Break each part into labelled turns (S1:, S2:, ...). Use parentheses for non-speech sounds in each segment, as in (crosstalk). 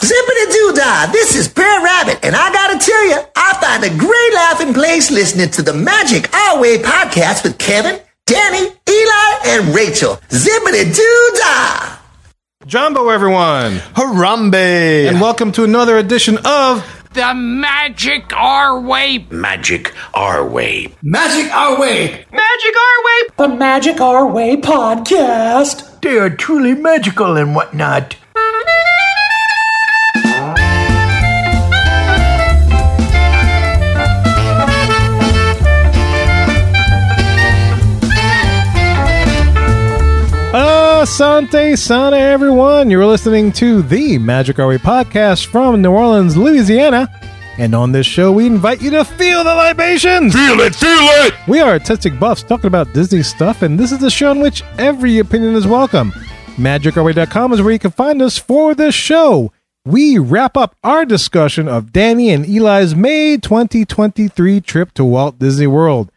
S1: Zippity doo dah, this is Prayer Rabbit, and I gotta tell you, I find a great laughing place listening to the Magic Our Way podcast with Kevin, Danny, Eli, and Rachel. Zippity doo dah!
S2: Jumbo, everyone,
S3: Harambe!
S2: and welcome to another edition of
S4: the magic our way.
S5: magic our way.
S6: Magic our way.
S7: The Magic Our Way podcast.
S6: They are truly magical and whatnot.
S2: Asante Sana, Oh, everyone. You're listening to the Magic Our Way podcast from New Orleans, Louisiana. And on this show, we invite you to feel the libations. Feel it, feel it. We are artistic buffs talking about Disney stuff, and this is the show in which every opinion is welcome. MagicOurWay.com is where you can find us for this show. We wrap up our discussion of Danny and Eli's May 2023 trip to Walt Disney World.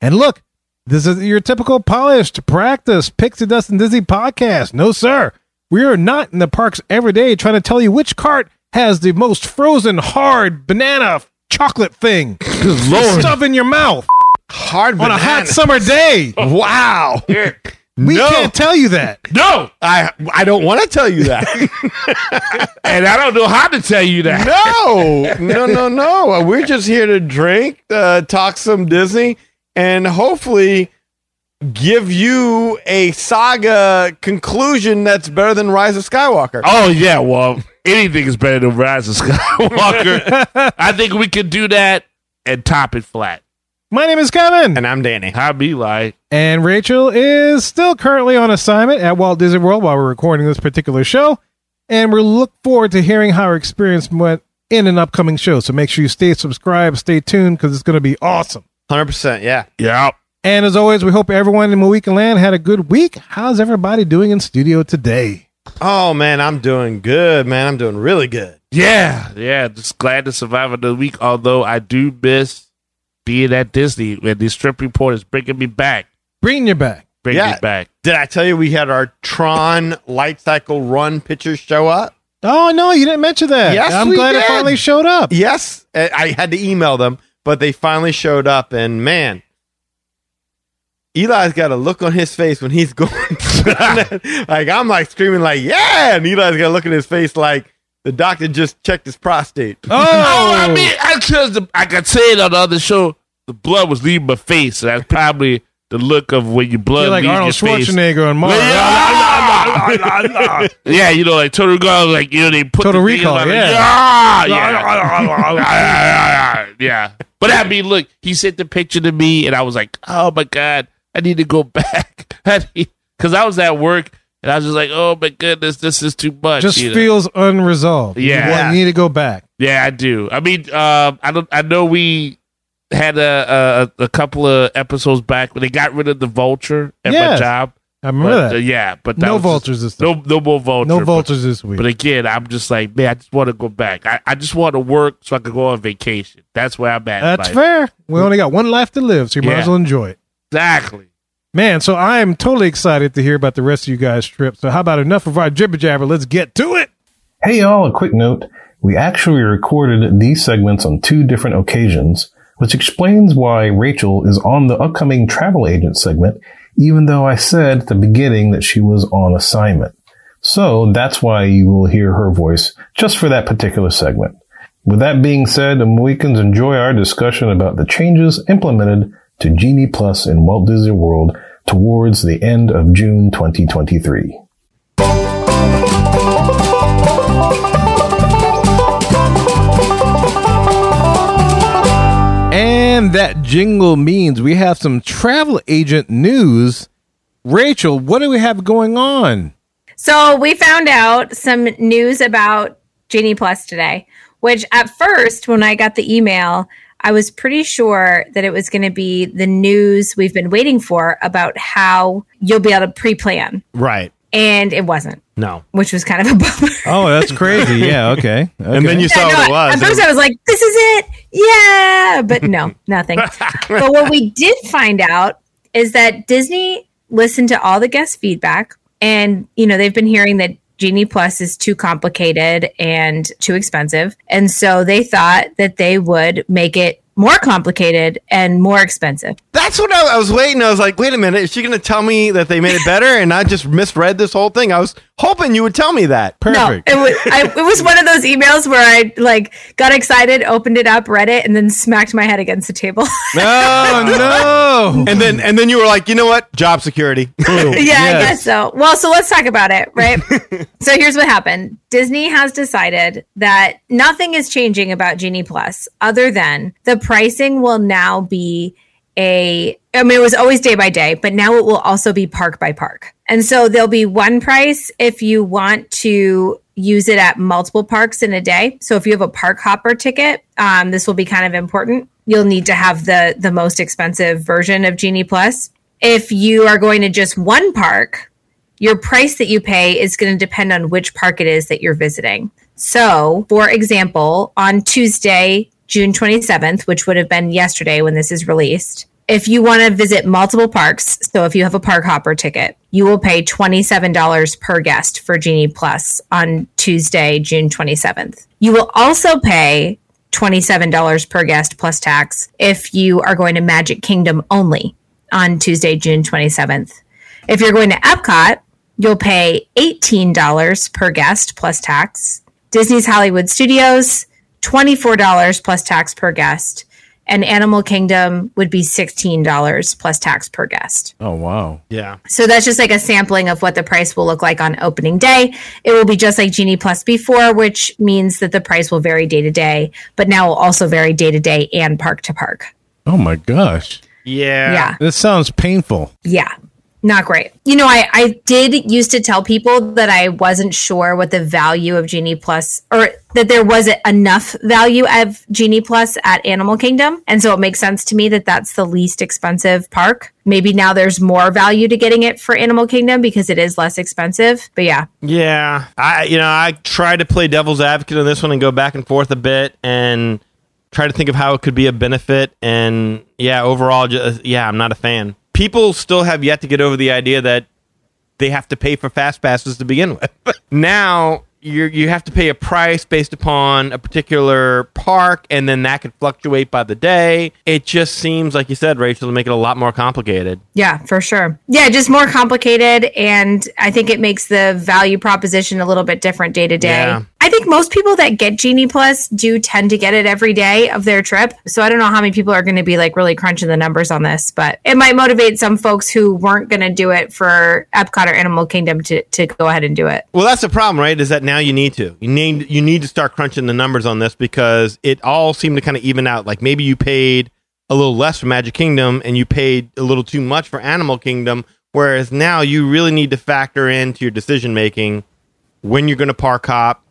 S2: And look, this is your typical polished practice Pixie Dust and Disney podcast. No, sir. We are not in the parks every day trying to tell you which cart has the most frozen hard banana f- chocolate
S3: (coughs)
S2: thing.
S3: Lord.
S2: Stuff in your mouth
S3: Hard
S2: on a hot summer day.
S3: Wow.
S2: We
S3: Oh, No.
S2: can't tell you that.
S3: No, I I don't want to tell you (laughs) that.
S5: And I don't know how to tell you that.
S3: no, no, no, no. Uh, We're just here to drink, uh, talk some Disney, and hopefully give you a saga conclusion that's better than Rise of Skywalker.
S5: Oh yeah, well, anything is better than Rise of (laughs) Skywalker. I think we can do that and top it flat.
S2: My name is Kevin.
S3: And I'm Danny.
S5: How be like?
S2: And Rachel is still currently on assignment at Walt Disney World while we're recording this particular show. And we look forward to hearing how her experience went in an upcoming show. So make sure you stay subscribed, stay tuned, because it's going to be awesome.
S3: 100%. Yeah.
S5: Yeah.
S2: And as always, we hope everyone in Mohican Land had a good week. How's everybody doing in studio today?
S3: Oh, man, I'm doing good, man. I'm doing really good.
S5: Yeah. Yeah. Just glad to survive another week, although I do miss being at Disney and these strip reporters bringing me back.
S2: Bringing you back.
S5: Bringing
S3: Yeah.
S5: me back.
S3: Did I tell you we had our Tron light cycle run pictures show up?
S2: Oh, no, you didn't mention that.
S3: Yes,
S2: I'm
S3: we
S2: glad it
S3: did.
S2: finally showed up.
S3: Yes, I I had to email them, but they finally showed up, and man, Eli's got a look on his face when he's (laughs) going. down that- like I'm like screaming like yeah, and Eli's got a look in his face like the doctor just checked his prostate.
S5: Oh, I mean, I chose the, like I said on the other show, the blood was leaving my face. So that's probably the look of when your blood
S2: You're like Arnold
S5: leaves your face.
S2: Schwarzenegger and Mars.
S5: Yeah, la, la, la, la, la. (laughs) Yeah, you know, like Total Recall, like you know, they put
S2: Total
S5: the thing
S2: Recall,
S5: on, like,
S2: yeah. (laughs)
S5: Yeah, yeah, yeah. But I mean, look, he sent the picture to me, and I was like, oh my god, I need to go (laughs) back, because I was at work, and I was just like, oh my goodness, this is too much.
S2: Just
S5: you know?
S2: feels unresolved. You
S5: Yeah.
S2: want- You need to go back.
S5: yeah, I do. I mean, um, I don't. I know we had a, a a couple of episodes back when they got rid of the vulture at my
S2: Yes.
S5: job.
S2: I remember
S5: But,
S2: that.
S5: uh, yeah, but that
S2: no
S5: was just-
S2: vultures this time.
S5: no, no more vulture.
S2: No
S5: but-
S2: vultures this week.
S5: But again, I'm just like, man, I just want to go back. I, I just want to work so I can go on vacation. That's where I'm at. in
S2: That's
S5: life.
S2: fair. We only got one life to live, so you might
S5: Yeah.
S2: as well enjoy it.
S5: Exactly.
S2: Man, so I am totally excited to hear about the rest of you guys' trip. So how about enough of our jibber jabber? Let's get to it.
S8: Hey y'all, a quick note. We actually recorded these segments on two different occasions, which explains why Rachel is on the upcoming travel agent segment, even though I said at the beginning that she was on assignment. So that's why you will hear her voice just for that particular segment. With that being said, the Mohicans enjoy our discussion about the changes implemented to Genie Plus in Walt Disney World towards the end of June 2023.
S2: And that jingle means we have some travel agent news. Rachel, what do we have going on?
S9: So we found out some news about Genie Plus today, which at first, when I got the email, I was pretty sure that it was going to be the news we've been waiting for about how you'll be able to pre plan.
S3: Right.
S9: And it wasn't,
S3: No.
S9: which was kind of a (laughs) bummer.
S2: Oh, that's (laughs) crazy. yeah, okay.
S3: And then you saw
S9: no,
S3: what it was.
S9: At first, I was like, this is it. Yeah. But no, nothing. but what we did find out is that Disney listened to all the guest feedback. And, you know, they've been hearing that Genie Plus is too complicated and too expensive. And so they thought that they would make it more complicated and more expensive.
S3: That's what I, I was waiting. I was like, wait a minute, is she going to tell me that they made it better? And I just misread this whole thing. I was hoping you would tell me that.
S2: Perfect.
S9: No, it was, I, it was one of those emails where I like got excited, opened it up, read it, and then smacked my head against the table.
S3: (laughs)
S9: (laughs)
S3: No,
S2: Oh.
S3: no. And then and then you were like, you know what? Job security. (laughs)
S9: yeah, I guess so. Well, so let's talk about it, right? so here's what happened. Disney has decided that nothing is changing about Genie Plus other than the pricing will now be a I mean it was always day by day, but now it will also be park by park. And so there'll be one price if you want to use it at multiple parks in a day. So if you have a park hopper ticket, um, this will be kind of important. You'll need to have the the most expensive version of Genie Plus. If you are going to just one park, your price that you pay is going to depend on which park it is that you're visiting. So, for example, on Tuesday, June 27th, which would have been yesterday when this is released, if you want to visit multiple parks, so if you have a park hopper ticket, you will pay $27 per guest for Genie Plus on Tuesday, June 27th. You will also pay $27 per guest plus tax if you are going to Magic Kingdom only on Tuesday, June 27th. If you're going to Epcot, you'll pay $18 per guest plus tax. Disney's Hollywood Studios, $24 plus tax per guest. And Animal Kingdom would be $16 plus tax per guest.
S2: Oh wow.
S3: yeah.
S9: So that's just like a sampling of what the price will look like on opening day. It will be just like Genie Plus before, which means that the price will vary day to day, but now will also vary day to day and park to park.
S2: Oh my gosh.
S3: Yeah.
S9: yeah.
S2: This sounds painful.
S9: Yeah. Not great. You know, I, I did used to tell people that I wasn't sure what the value of Genie Plus or that there was enough value of Genie Plus at Animal Kingdom. And so it makes sense to me that that's the least expensive park. Maybe now there's more value to getting it for Animal Kingdom because it is less expensive. But yeah,
S3: Yeah, I you know I tried to play devil's advocate on this one and go back and forth a bit and try to think of how it could be a benefit and yeah overall just, yeah I'm not a fan. People still have yet to get over the idea that they have to pay for fast passes to begin with. (laughs) now you you have to pay a price based upon a particular park and then that could fluctuate by the day. It just seems like you said Rachel to make it a lot more complicated.
S9: Yeah, for sure. Yeah, just more complicated. And I think it makes the value proposition a little bit different day to day.
S3: Yeah.
S9: I think most people that get Genie Plus do tend to get it every day of their trip. So I don't know how many people are going to be like really crunching the numbers on this, but it might motivate some folks who weren't going to do it for Epcot or Animal Kingdom to, to go ahead and do it.
S3: Well, that's the problem, right? Is that now you need to you need you need to start crunching the numbers on this because it all seemed to kind of even out. Like maybe you paid a little less for Magic Kingdom and you paid a little too much for Animal Kingdom, whereas now you really need to factor into your decision making when you're going to park hop,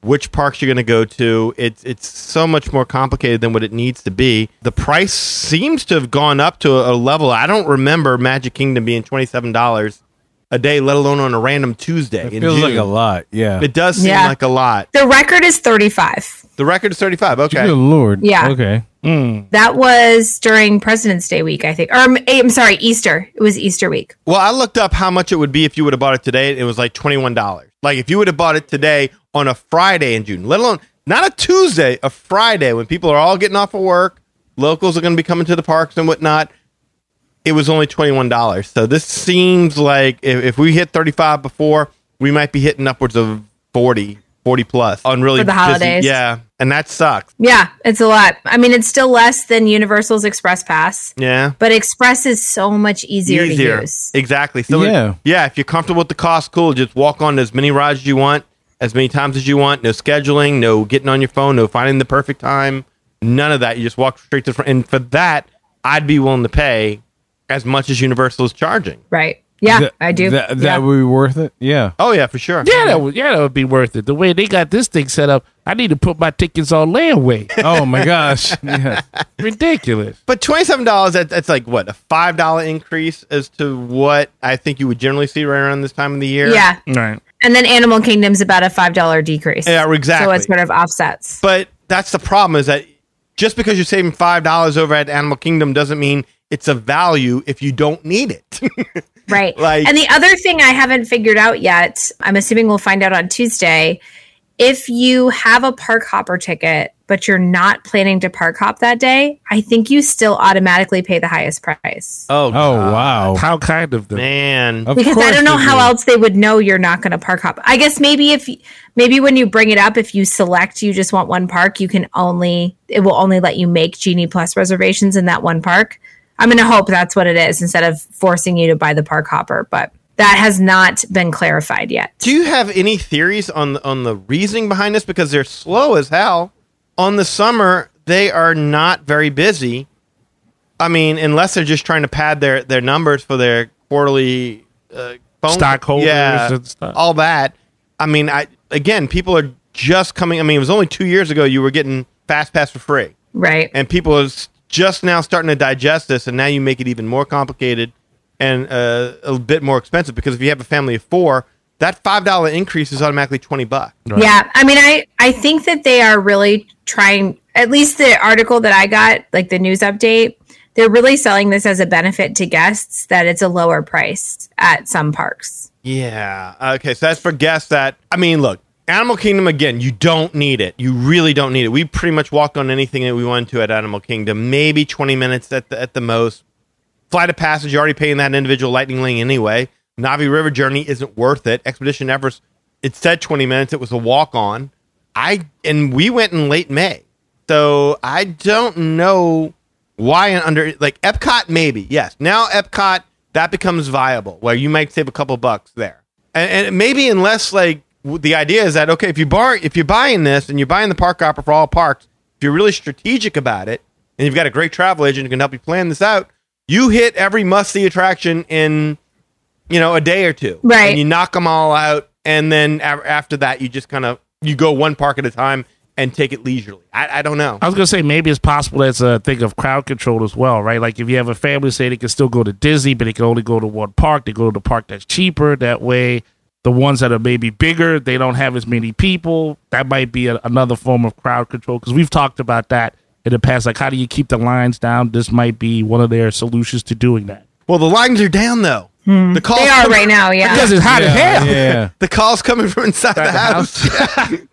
S3: which parks you're going to go to. It's it's so much more complicated than what it needs to be. The price seems to have gone up to a, a level I don't remember Magic Kingdom being twenty seven dollars a day, let alone on a random Tuesday. in
S2: Feels like
S3: June.
S2: a lot. Yeah.
S3: It does seem
S9: Yeah.
S3: like a lot.
S9: The record is 35.
S3: The record is 35. Okay.
S2: Good lord.
S9: Yeah.
S2: Okay.
S9: That was during President's Day week, I think. Or um, I'm sorry, Easter. It was Easter week.
S3: Well, I looked up how much it would be if you would have bought it today. It was like $21. Like if you would have bought it today on a Friday in June, let alone not a Tuesday, a Friday when people are all getting off of work, locals are going to be coming to the parks and whatnot. It was only $21. So this seems like if, if we hit 35 before, we might be hitting upwards of 40, 40 plus on really
S9: For the
S3: busy-
S9: holidays.
S3: yeah. And that sucks.
S9: Yeah, it's a lot. I mean, it's still less than Universal's Express Pass,
S3: Yeah.
S9: but Express is so much easier, to use.
S3: Exactly. So
S2: Yeah.
S3: yeah. yeah, if you're comfortable with the cost, cool. Just walk on as many rides as you want, as many times as you want. No scheduling, no getting on your phone, no finding the perfect time. None of that. You just walk straight to the front. And for that, I'd be willing to pay as much as Universal is charging.
S9: Right. Yeah,
S2: That-
S9: I do.
S2: That, that
S9: yeah.
S2: would be worth it. Yeah.
S3: Oh yeah, for sure.
S5: Yeah, that would, yeah, that would be worth it. The way they got this thing set up, I need to put my tickets on
S2: (laughs)
S5: layaway.
S2: Oh my gosh. Yeah.
S9: Oh,
S5: Ridiculous.
S3: But twenty seven dollars that, that's like what, a five dollar increase as to what I think you would generally see right around this time of the year.
S9: yeah.
S5: Right.
S9: And then Animal Kingdom's about a $5 decrease.
S3: Yeah, exactly. (laughs)
S9: So it sort of offsets.
S3: But that's the problem is that just because you're saving five dollars over at Animal Kingdom doesn't mean it's a value if you don't need it. (laughs)
S9: Right.
S3: Like-
S9: and the other thing I haven't figured out yet, I'm assuming we'll find out on Tuesday, if you have a park hopper ticket, but you're not planning to park hop that day, I think you still automatically pay the highest price.
S2: Oh wow!
S5: How kind of them.
S3: man,
S2: Of
S9: because I
S2: course
S9: don't know
S2: they
S9: how
S2: do.
S9: else they would know you're not going to park hop. I guess maybe if maybe when you bring it up, if you select you just want one park, you can only it will only let you make Genie Plus reservations in that one park. I'm going to hope that's what it is instead of forcing you to buy the park hopper, but that has not been clarified yet.
S3: do you have any theories on the, on the reasoning behind this? Because they're slow as hell. On the summer, they are not very busy. I mean, unless they're just trying to pad their their numbers for their quarterly uh, phone
S5: Stockholders
S3: yeah,
S5: and stuff.
S3: all that. I mean, I again, people are just coming. I mean, it was only two years ago you were getting Fast Pass for free.
S9: Right.
S3: and people are s- just now starting to digest this, and now you make it even more complicated and uh, a bit more expensive because if you have a family of four, that five dollar increase is automatically twenty bucks.
S9: Yeah, I mean, I I think that they are really trying. At least the article that I got, like the news update, they're really selling this as a benefit to guests that it's a lower price at some parks.
S3: Yeah. Uh, Okay. So that's for guests that I mean, look, Animal Kingdom again. You don't need it. You really don't need it. We pretty much walked on anything that we wanted to at Animal Kingdom. Maybe twenty minutes at the at the most. Flight of Passage, you're already paying that individual lightning lane anyway. Navi River Journey isn't worth it. Expedition Everest, it said 20 minutes. It was a walk on. I and we went in late May, so I don't know why and under like Epcot maybe yes. Now Epcot that becomes viable where you might save a couple bucks there, and, and maybe unless like w- the idea is that okay if you bar if you're buying this and you're buying the park opera for all parks if you're really strategic about it and you've got a great travel agent who can help you plan this out, you hit every must see attraction in, you know, a day or two.
S9: Right.
S3: And you knock them all out. And then a- after that, you just kind of, you go one park at a time and take it leisurely. I, I don't know.
S5: I was gonna say maybe it's possible that's a thing of crowd control as well, right? Like if you have a family, say they can still go to Disney, but they can only go to one park. They go to the park that's cheaper. That way, the ones that are maybe bigger, they don't have as many people. That might be a, another form of crowd control because we've talked about that in the past. Like how do you keep the lines down? This might be one of their solutions to doing that
S3: Well, the lines are down though. The calls
S9: Hmm. They are
S3: coming-
S9: right now, yeah.
S5: because it's hot as hell.
S2: Yeah.
S3: The calls coming from inside the house.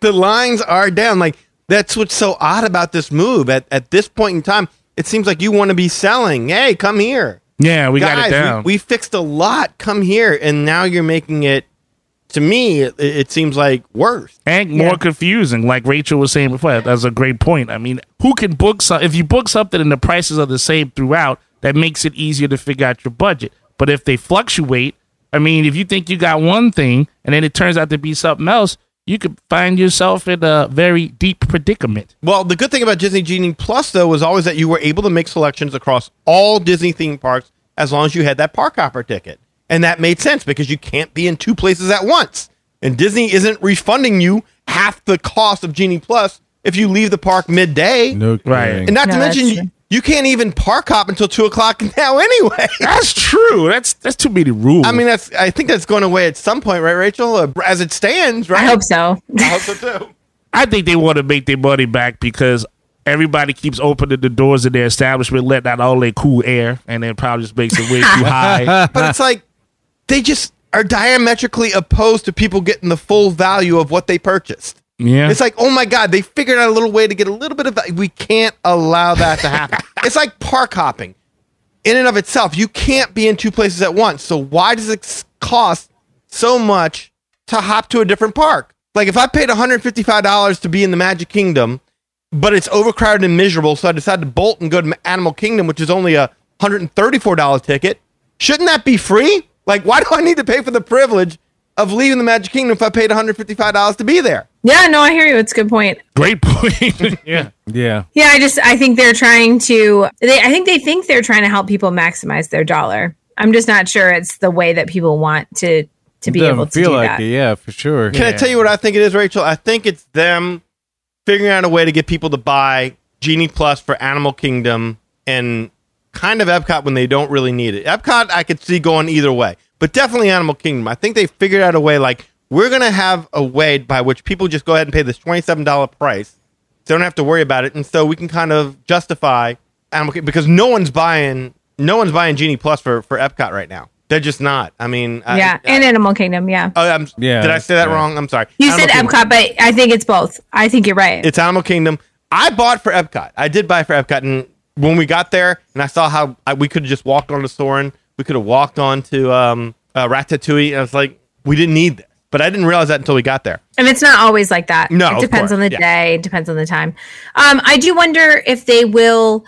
S3: (laughs) the lines are down. Like that's what's so odd about this move. At at this point in time, it seems like you want to be selling. Hey, come here.
S5: Yeah, we
S3: Guys,
S5: got it down.
S3: We, we fixed a lot. Come here, and now you're making it. To me, it, it seems like worse.
S5: and more confusing. Like Rachel was saying before, that's a great point. I mean, who can book some? If you book something and the prices are the same throughout, that makes it easier to figure out your budget. But if they fluctuate, I mean, if you think you got one thing and then it turns out to be something else, you could find yourself in a very deep predicament.
S3: Well, the good thing about Disney Genie Plus though was always that you were able to make selections across all Disney theme parks as long as you had that park hopper ticket, and that made sense because you can't be in two places at once. And Disney isn't refunding you half the cost of Genie Plus if you leave the park midday.
S2: No
S5: Right.
S2: kidding.
S3: And not
S9: No,
S3: to
S9: that's
S3: mention,
S9: true.
S3: you, you can't even park hop until two o'clock (laughs) now anyway.
S5: That's true. That's that's too many rules.
S3: I mean, that's. I think that's going away at some point, right, Rachel? Uh, as it stands, right?
S9: I hope so. (laughs)
S3: I hope so too.
S5: I think they want to make their money back because everybody keeps opening the doors of their establishment, letting out all their cool air, and then probably just makes it way too (laughs) high.
S3: (laughs) But it's like they just are diametrically opposed to people getting the full value of what they purchased.
S5: Yeah.
S3: It's like, oh my God, they figured out a little way to get a little bit of value. We can't allow that to happen. it's like park hopping. In and of itself, you can't be in two places at once. So why does it s- cost so much to hop to a different park? Like if I paid $155 to be in the Magic Kingdom, but it's overcrowded and miserable, so I decided to bolt and go to Animal Kingdom, which is only a $134 ticket. Shouldn't that be free? Like, why do I need to pay for the privilege of leaving the Magic Kingdom if I paid $155 to be there?
S9: Yeah, no, I hear you. It's a good point.
S5: Great point. (laughs) yeah.
S2: Yeah.
S9: Yeah, I just I think they're trying to they I think they think they're trying to help people maximize their dollar. I'm just not sure it's the way that people want to to be
S2: Doesn't
S9: able to
S2: feel
S9: do
S2: like
S9: that.
S2: it. Yeah, for sure.
S3: Can I tell you what I think it is, Rachel? I think it's them figuring out a way to get people to buy Genie Plus for Animal Kingdom and kind of Epcot when they don't really need it. Epcot, I could see going either way, but definitely Animal Kingdom. I think they figured out a way like we're going to have a way by which people just go ahead and pay this $27 price They don't have to worry about it, and so we can kind of justify Animal Kingdom because no one's buying no one's buying Genie Plus for for Epcot right now. They're just not. I mean, I-
S9: yeah,
S3: I-
S9: and Animal Kingdom. Yeah,
S3: oh, I'm,
S2: Yeah,
S3: did I say that
S2: yeah.
S3: wrong? I'm sorry.
S9: you
S3: Animal
S9: said
S3: Kingdom.
S9: Epcot, but I think it's both. I think you're right.
S3: It's Animal Kingdom. I bought for Epcot. I did buy for Epcot, and when we got there, and I saw how I, we could have just walked onto Soren, we could have walked onto um, uh, Ratatouille, and I was like, we didn't need this. But I didn't realize that until we got there.
S9: And it's not always like that.
S3: No, of
S9: it depends
S3: course,
S9: on the
S3: yeah.
S9: day. It depends on the time. Um, I do wonder if they will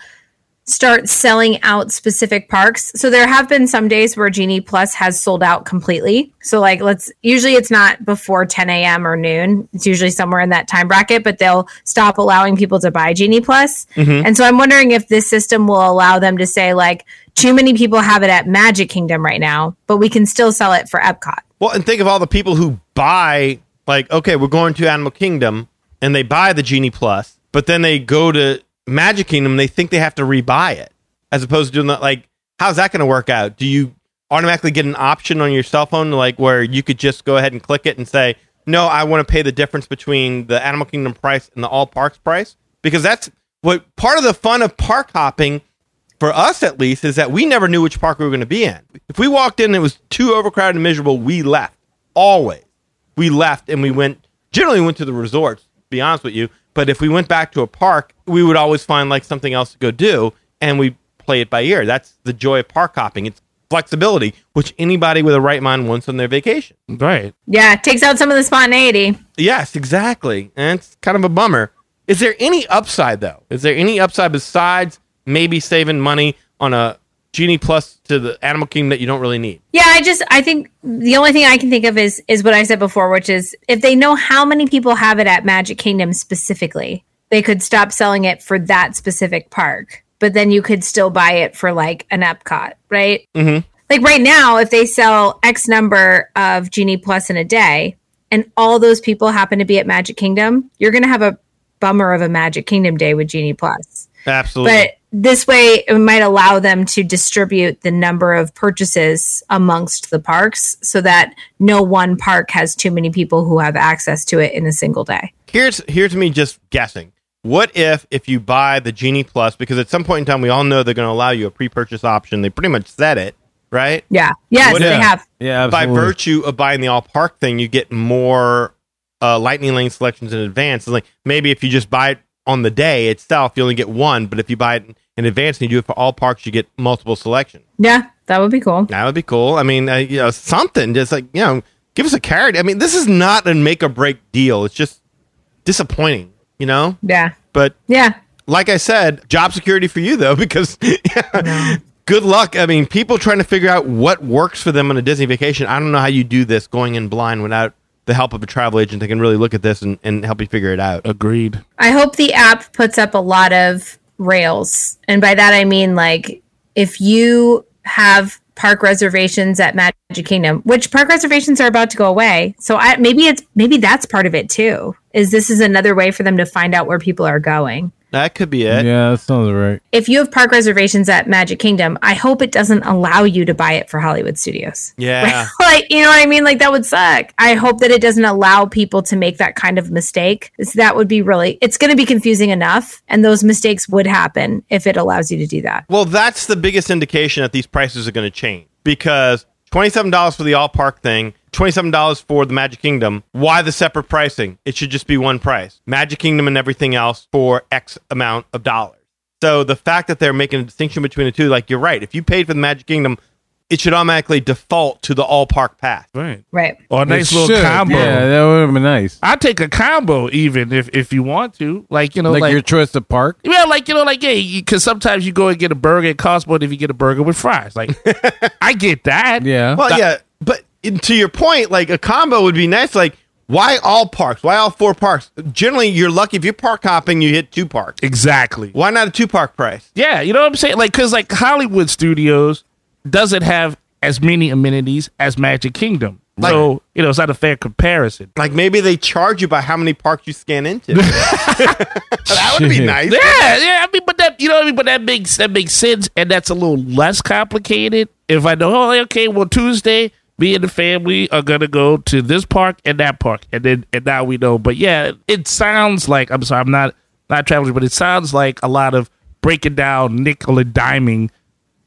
S9: start selling out specific parks. So there have been some days where Genie Plus has sold out completely. So like, let's usually it's not before 10 a.m. or noon. It's usually somewhere in that time bracket. But they'll stop allowing people to buy Genie Plus.
S3: Mm-hmm.
S9: And so I'm wondering if this system will allow them to say like, too many people have it at Magic Kingdom right now, but we can still sell it for Epcot.
S3: Well, and think of all the people who buy, like, okay, we're going to Animal Kingdom, and they buy the Genie Plus, but then they go to Magic Kingdom, they think they have to rebuy it, as opposed to doing that. Like, how's that going to work out? Do you automatically get an option on your cell phone, like where you could just go ahead and click it and say, no, I want to pay the difference between the Animal Kingdom price and the all parks price? Because that's what part of the fun of park hopping for us at least, is that we never knew which park we were going to be in. If we walked in and it was too overcrowded and miserable, we left. Always. We left and we went, generally went to the resorts, to be honest with you. But if we went back to a park, we would always find like something else to go do and we play it by ear. That's the joy of park hopping. It's flexibility, which anybody with a right mind wants on their vacation.
S5: Right.
S9: Yeah, it takes out some of the spontaneity.
S3: Yes, exactly. And it's kind of a bummer. Is there any upside though? Is there any upside besides maybe saving money on a Genie Plus to the Animal Kingdom that you don't really need?
S9: Yeah, I just I think the only thing I can think of is is what I said before, which is if they know how many people have it at Magic Kingdom specifically, they could stop selling it for that specific park. But then you could still buy it for like an Epcot, right?
S3: Mhm.
S9: Like right now, if they sell X number of Genie Plus in a day, and all those people happen to be at Magic Kingdom, you're gonna have a bummer of a Magic Kingdom day with Genie Plus.
S3: Absolutely.
S9: but this way it might allow them to distribute the number of purchases amongst the parks so that no one park has too many people who have access to it in a single day
S3: here's here's me just guessing. What if if you buy the Genie Plus because at some point in time we all know they're going to allow you a pre-purchase option. They pretty much said it, right?
S9: yeah yes
S3: What
S9: they
S3: if-
S9: have
S2: Yeah,
S3: By virtue of buying the all park thing, you get more uh, lightning lane selections in advance. It's like maybe if you just buy it on the day itself, you only get one. But if you buy it in advance and you do it for all parks, you get multiple selections.
S9: yeah that would be cool
S3: That would be cool. I mean, uh, you know, something just like you know, give us a carrot. I mean, this is not a make or break deal. It's just disappointing, you know.
S9: yeah
S3: But
S9: yeah
S3: like I said, job security for you though, (laughs) because good luck. I mean, people trying to figure out what works for them on a Disney vacation. I don't know how you do this going in blind without the help of a travel agent that can really look at this and, and help you figure it out.
S5: Agreed.
S9: I hope the app puts up a lot of rails. And by that, I mean, like, if you have park reservations at Magic Kingdom, which park reservations are about to go away. So I, maybe it's, maybe that's part of it too, is this is another way for them to find out where people are going.
S3: That could be it.
S2: Yeah, that sounds right.
S9: If you have park reservations at Magic Kingdom, I hope it doesn't allow you to buy it for Hollywood Studios.
S3: Yeah.
S9: (laughs) like, you know what I mean? Like, that would suck. I hope that it doesn't allow people to make that kind of mistake. It's- that would be really, it's going to be confusing enough. And those mistakes would happen if it allows you to do that.
S3: Well, that's the biggest indication that these prices are going to change because $27 for the all park thing, $27 for the Magic Kingdom. Why the separate pricing? It should just be one price Magic Kingdom and everything else for X amount of dollars. So the fact that they're making a distinction between the two, like you're right, if you paid for the Magic Kingdom, it should automatically default to the all park pass.
S5: Right.
S9: Right.
S5: Or a nice
S2: It
S5: little
S2: should.
S5: combo.
S2: Yeah, that would have been nice.
S5: I'll take a combo even if if you want to. Like, you know,
S2: Like,
S5: like,
S2: your choice of park.
S5: yeah, like you know, like yeah, because sometimes you go and get a burger at Costco, and if you get a burger with fries, (laughs) like I get that.
S2: Yeah.
S3: Well, yeah, but in- to your point, like a combo would be nice. Like, why all parks? Why all four parks? Generally, you're lucky if you're park hopping, you hit two parks.
S5: exactly.
S3: Why not a two park price?
S5: Yeah, you know what I'm saying? Like, because like Hollywood Studios doesn't have as many amenities as Magic Kingdom. so you know it's not a fair comparison.
S3: Like maybe they charge you by how many parks you scan
S5: (laughs)
S3: into. that would be
S2: Shit.
S3: nice.
S5: Yeah, yeah. I mean, but that you know what I mean. But that makes that makes sense, and that's a little less complicated. If I know, oh, okay, well Tuesday, me and the family are gonna go to this park and that park, and then and now we know. But yeah, it sounds like I'm sorry, I'm not not traveling, but it sounds like a lot of breaking down nickel and diming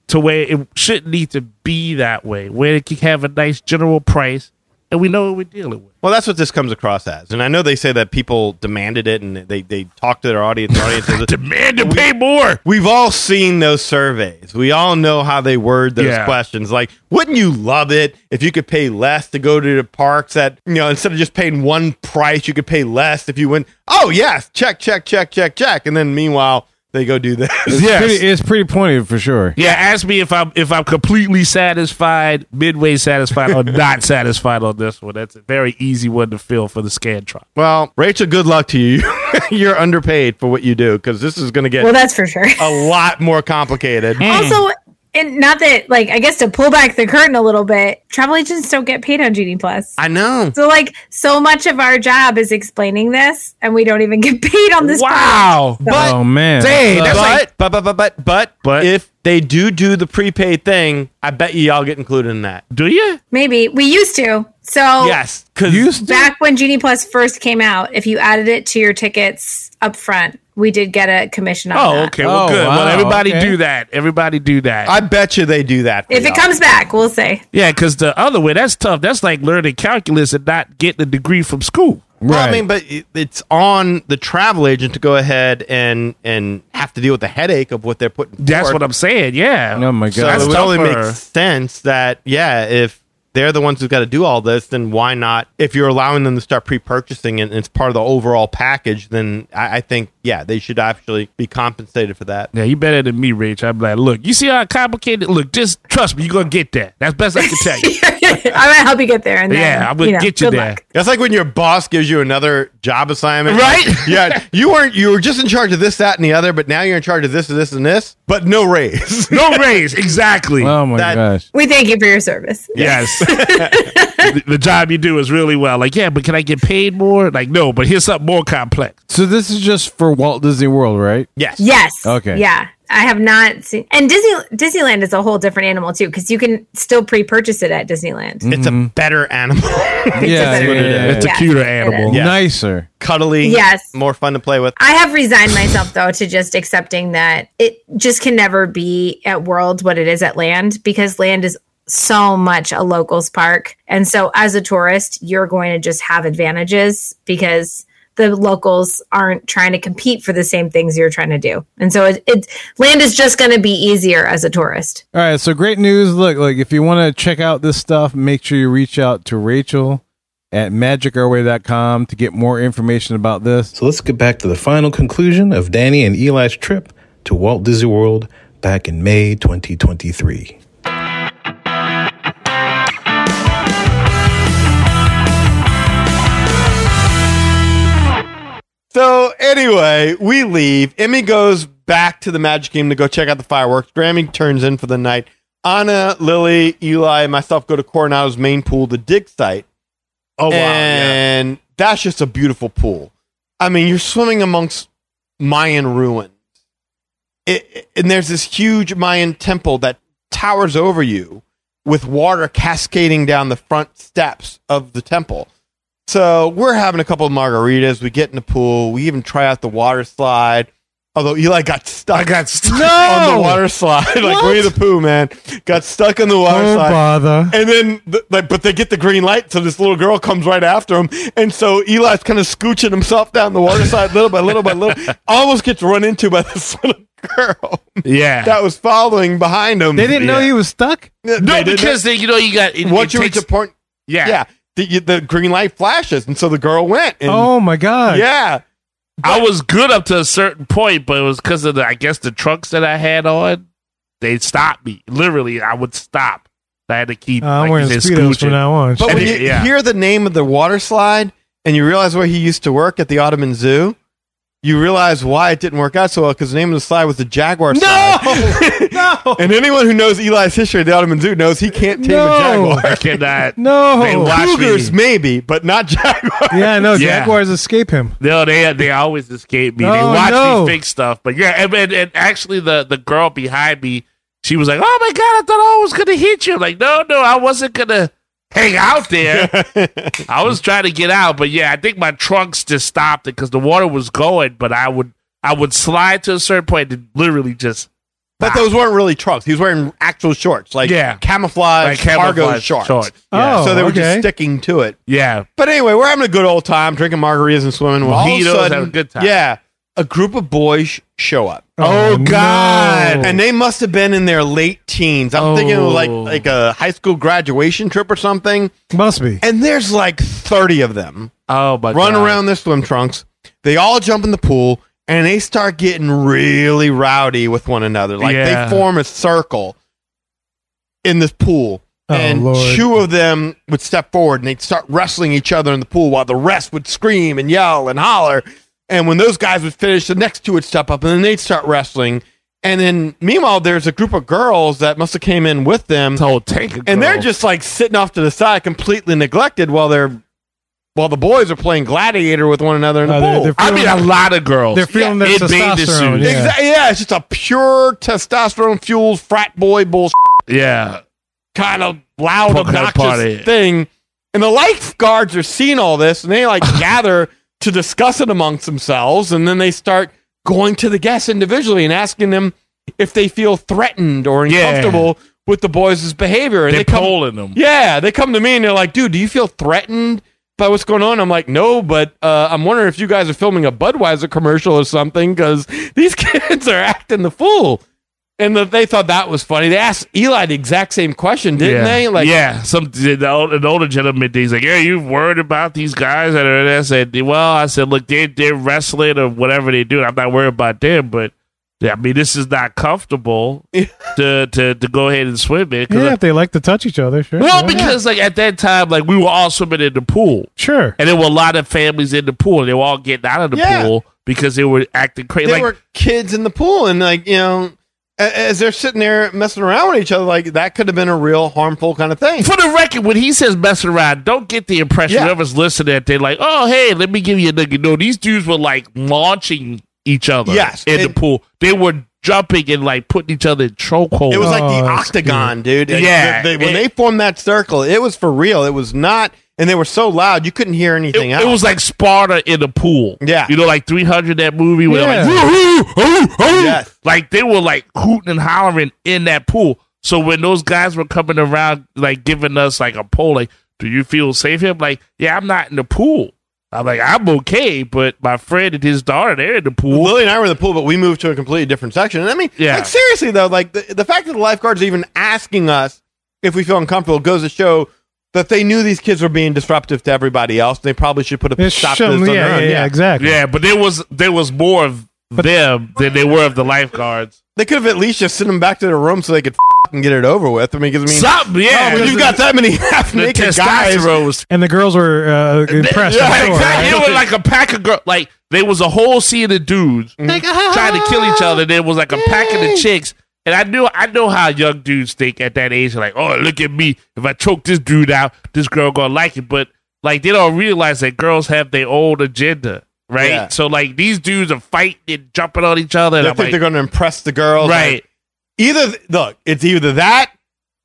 S5: to where it shouldn't need to be that way, where it can have a nice general price and we know what we're dealing with.
S3: Well, that's what this comes across as, and I know they say that people demanded it, and they they talk to their audience. Their audience says,
S5: (laughs) Demand to pay more.
S3: We've all seen those surveys. We all know how they word those
S5: Yeah.
S3: questions. Like, wouldn't you love it if you could pay less to go to the parks that, you know, instead of just paying one price, you could pay less if you went, oh, yes, check, check, check, check, check. And then meanwhile, they go do this.
S5: (laughs) Yes.
S2: Pretty, it's pretty pointed for sure.
S5: Yeah, ask me if I'm if I'm completely satisfied, midway satisfied, (laughs) or not satisfied on this one. That's a very easy one to fill for the Scantron.
S3: Well, Rachel, good luck to you. (laughs) You're underpaid for what you do because this is going to get
S9: Well, that's for sure.
S3: a lot more complicated.
S9: Also, and not that like I guess to pull back the curtain a little bit, travel agents don't get paid on Genie Plus.
S3: I know.
S9: So like so much of our job is explaining this, and we don't even get (laughs) paid on this.
S5: Wow.
S3: But
S2: Oh man.
S5: Dang,
S3: but,
S5: that's like
S3: but, but, but, but, but,
S5: But-
S3: if they do do the prepaid thing, I bet you y'all get included in that.
S5: do you?
S9: Maybe we used to.
S5: Oh,
S9: So
S3: Yes, because
S2: Used to-
S9: back when Genie Plus first came out, if you added it to your tickets up front, we did get a commission on
S5: Oh,
S9: that.
S5: okay. Well,
S2: Oh,
S5: good.
S2: wow,
S5: well, everybody
S2: okay.
S5: do that. Everybody do that.
S3: I bet you they do that. for
S9: If it
S3: y'all.
S9: comes back, we'll see. (laughs)
S5: yeah, because the other way, that's tough. That's like learning calculus and not getting a degree from school.
S3: Well,
S2: Right.
S3: I mean, but it- it's on the travel agent to go ahead and and have to deal with the headache of what they're putting.
S5: That's
S3: forth.
S5: what I'm saying. Yeah.
S2: Oh my
S3: So
S2: god.
S3: it
S5: That's
S3: would only
S5: tougher.
S3: make sense that yeah, if they're the ones who've got to do all this, then why not? If you're allowing them to start pre-purchasing and it's part of the overall package, then I, I think yeah, they should actually be compensated for that.
S5: Yeah, you better than me, Rich. I'm like, look, you see how complicated? Look, just trust me, you're gonna get that. That's best I can tell you.
S9: I'm gonna help you get there. And then,
S5: yeah, I'm gonna
S9: you know,
S5: get you
S9: good
S5: there.
S9: luck.
S3: That's like when your boss gives you another job assignment,
S5: Right?
S3: (laughs) yeah, you weren't. You were just in charge of this, that, and the other, but now you're in charge of this, and this, and this, but no
S5: (laughs)
S3: raise.
S5: No raise, exactly.
S2: oh my
S3: that-
S2: gosh.
S9: We thank you for your service.
S5: (laughs) Yes. (laughs) the, the job you do is really well. Like, yeah, but can I get paid more? Like, no, but here's something more complex.
S2: So this is just for Walt Disney World, right?
S3: yes.
S9: Yes.
S2: Okay.
S9: Yeah. I have not seen and Disney Disneyland is a whole different animal too, because you can still pre-purchase it at Disneyland.
S3: It's a
S5: Mm-hmm.
S3: better animal.
S2: Mm-hmm. Yeah,
S3: (laughs)
S9: It's a-
S2: yeah, yeah,
S5: It's
S2: yeah.
S5: a
S9: Yes,
S5: cuter
S9: it
S5: animal.
S3: is. Yeah.
S2: Nicer.
S3: Cuddly.
S9: Yes.
S3: More fun to play with.
S9: I have resigned myself though to just accepting that it just can never be at Worlds what it is at Land because Land is so much a locals park. And so as a tourist, you're going to just have advantages because the locals aren't trying to compete for the same things you're trying to do. And so it, it Land is just going to be easier as a tourist.
S2: All right, so great news. Look, like if you want to check out this stuff, make sure you reach out to Rachel at magicourway.com to get more information about this.
S8: So let's get back to the final conclusion of Danny and Eli's trip to Walt Disney World back in May 2023.
S3: So anyway, we leave. Emmy goes back to the Magic Kingdom to go check out the fireworks. Grammy turns in for the night. Anna, Lily, Eli, and myself go to Coronado's main pool, the dig site.
S5: Oh wow. yeah.
S3: and that's just a beautiful pool. I mean, you're swimming amongst Mayan ruins, It- it- and there's this huge Mayan temple that towers over you with water cascading down the front steps of the temple. So we're having a couple of margaritas. We get in the pool. We even try out the water slide. Although Eli got stuck,
S5: I got stuck.
S3: on the
S5: No!
S3: water slide, (laughs) like Winnie the Pooh, man, got stuck on the water
S2: Oh
S3: slide.
S2: bother.
S3: And then, th- like, but they get the green light, so this little girl comes right after him, and so Eli's kind of scooching himself down the water side, little by little by little, (laughs) almost gets run into by this little girl
S5: Yeah.
S3: that was following behind him.
S2: They didn't know
S3: Yeah.
S2: he was stuck?
S5: no,
S3: They didn't.
S5: because they, you know you got it,
S3: once
S5: it
S3: you
S5: takes-
S3: reach a point,
S5: yeah.
S3: yeah, the, you- the green light flashes, and so the girl went. And,
S2: Oh my god.
S3: yeah,
S5: I was good up to a certain point, but it was because of the I guess the trunks that I had on. They stopped me. Literally, I would stop. I had to keep.
S2: Uh, I'm
S5: like
S2: wearing
S5: you said,
S2: speedos from
S5: scooching.
S2: now on.
S3: but
S5: And
S3: when
S5: it-
S3: you
S5: yeah.
S3: hear the name of the water slide and you realize where he used to work at the Ottoman Zoo. You realize why it didn't work out so well because the name of the slide was the Jaguar
S5: (laughs)
S3: slide.
S2: no.
S3: And anyone who knows Eli's history at the Ottoman Zoo knows he can't tame
S2: No.
S3: a jaguar.
S5: (laughs) (laughs) I cannot.
S2: No.
S5: They watch
S3: Cougars,
S5: me.
S3: maybe, but not jaguar. (laughs)
S2: Yeah, no,
S5: Yeah.
S2: Jaguars escape him.
S5: No, they they always escape me. they
S2: Oh,
S5: watch
S2: no.
S5: me fix stuff. But yeah, and, and, and actually, the the girl behind me, she was like, "Oh my god, I thought I was gonna hit you." I'm like, no, no, I wasn't gonna hang out
S2: (laughs)
S5: there. I was trying to get out, but yeah, I think my trunks just stopped it because the water was going. But I would. I would slide to a certain point and literally just
S3: But those weren't really trunks. He was wearing actual shorts, like
S5: Yeah.
S3: camouflage,
S5: like camouflage
S3: cargo shorts.
S5: Yeah.
S2: Oh.
S3: so they were
S2: okay.
S3: just sticking to it.
S5: yeah.
S3: But anyway, we're having a good old time, drinking margaritas and swimming. When all of a
S5: Mojitos,
S3: sudden,
S5: having a good time.
S3: yeah, a group of boys sh- show up,
S2: Oh,
S5: God.
S2: no.
S3: and they must have been in their late teens. I'm thinking it was like
S5: Oh.
S3: like a high school graduation trip or something.
S2: Must be.
S3: And there's like 30 of them
S5: Oh my
S3: run
S5: God.
S3: around their swim trunks. They all jump in the pool and they start getting really rowdy with one another. Like
S5: Yeah.
S3: they form a circle in this pool.
S2: Oh,
S3: and
S2: Lord.
S3: two of them would step forward and they'd start wrestling each other in the pool while the rest would scream and yell and holler. And when those guys would finish, the next two would step up and then they'd start wrestling. And then meanwhile, there's a group of girls that must have came in with them
S5: This whole tank. of
S3: and they're
S5: girls.
S3: just like sitting off to the side, completely neglected, while they're while the boys are playing gladiator with one another in the
S2: Oh, they're-
S3: pool.
S2: they're
S5: I mean, a lot of girls.
S2: They're feeling
S5: Yeah,
S2: their
S5: it made this
S2: testosterone.
S5: suit.
S2: Yeah.
S3: Exactly. Yeah, it's just a pure testosterone fueled frat boy bullshit
S5: yeah.
S3: kind of loud,
S5: Punk rock
S3: obnoxious
S5: party.
S3: thing. And the lifeguards are seeing all this, and they like (laughs) gather to discuss it amongst themselves, and then they start going to the guests individually and asking them if they feel threatened or
S5: Yeah.
S3: uncomfortable with the boys' behavior. And
S5: They're
S3: they come
S5: polling them.
S3: Yeah, they come to me and they're like, "Dude, do you feel threatened by what's going on?" I'm like, "No, but uh, I'm wondering if you guys are filming a Budweiser commercial or something because (laughs) these kids are acting the fool." And the, they thought that was funny. They asked Eli the exact same question, didn't
S5: yeah.
S3: they? Like,
S5: yeah, some the old, an older gentleman. He's like, "Yeah, you worried about these guys?" And I said, "Well, I said, look, they they're wrestling or whatever they do. I'm not worried about them, but yeah, I mean, this is not comfortable to, to to go ahead and swim in. 'cause
S2: Yeah,
S5: I-
S2: if they like to touch each other, sure. why
S5: well,
S2: not?
S5: because like at that time, like we were all swimming in the pool,
S2: sure.
S5: and there were a lot of families in the pool. and They were all getting out of the
S3: Yeah.
S5: pool because they were acting crazy.
S3: there
S5: like,
S3: were kids in the pool, and like, you know, a- as they're sitting there messing around with each other, like that could have been a real harmful kind of
S5: (laughs)
S3: thing.
S5: for the record, when he says messing around, don't get the impression
S3: Yeah.
S5: whoever's listening that they're like, oh, hey, let me give you a nugget. No, these dudes were like launching each other
S3: Yes,
S5: in the
S3: and-
S5: pool. They were jumping and like putting each other in chokeholds.
S3: It was like
S2: Oh,
S3: the
S2: that's
S3: octagon, dude. Like,
S5: Yeah,
S3: the- the- when
S5: it-
S3: they formed that circle, it was for real. It was not, and they were so loud you couldn't hear
S5: it,
S3: anything
S5: it
S3: else.
S5: was like Sparta in a pool.
S3: Yeah.
S5: You know, like 300, that movie where
S2: Yeah.
S5: like, "Woo-hoo, hoo, hoo."
S3: Yes.
S5: like they were like hooting and hollering in that pool. So when those guys were coming around, like giving us like a poll, like, do you feel safe here? I'm like, yeah, I'm not in the pool. I'm like, I'm okay, but my friend and his daughter, they're in the pool.
S3: Lily and I were in the pool, but we moved to a completely different section. And I mean,
S5: Yeah.
S3: like seriously though, like the, the fact that the lifeguards are even asking us if we feel uncomfortable goes to show that they knew these kids were being disruptive to everybody else. They probably should put a
S2: It's
S3: stop
S2: shum-
S3: to this on
S2: yeah,
S3: their
S2: yeah,
S3: own.
S2: yeah, exactly.
S5: Yeah, but there was there was more of them than there were of the lifeguards.
S3: They could have at least just sent them back to their room so they could and get it over with. I mean, because I mean,
S5: Something, yeah.
S3: when you've got that many (laughs) half
S5: Oh, the
S3: naked guys.
S5: testosterone was
S2: And the girls were uh, impressed.
S5: (laughs) Yeah,
S2: I'm sure,
S5: exactly.
S2: right?
S5: It was like a pack of girls. Like there was a whole scene of dudes trying to kill each other. There was like a pack of the chicks. And I knew I know how young dudes think at that age. They're Like, oh, look at me. If I choke this dude out, this girl gonna like it. But like they don't realize that girls have their own agenda, right?
S3: Yeah.
S5: So like these dudes are fighting and jumping on each other.
S3: They
S5: And
S3: think
S5: I'm like,
S3: they're going to impress the girls,
S5: right.
S3: Like, either look, it's either that.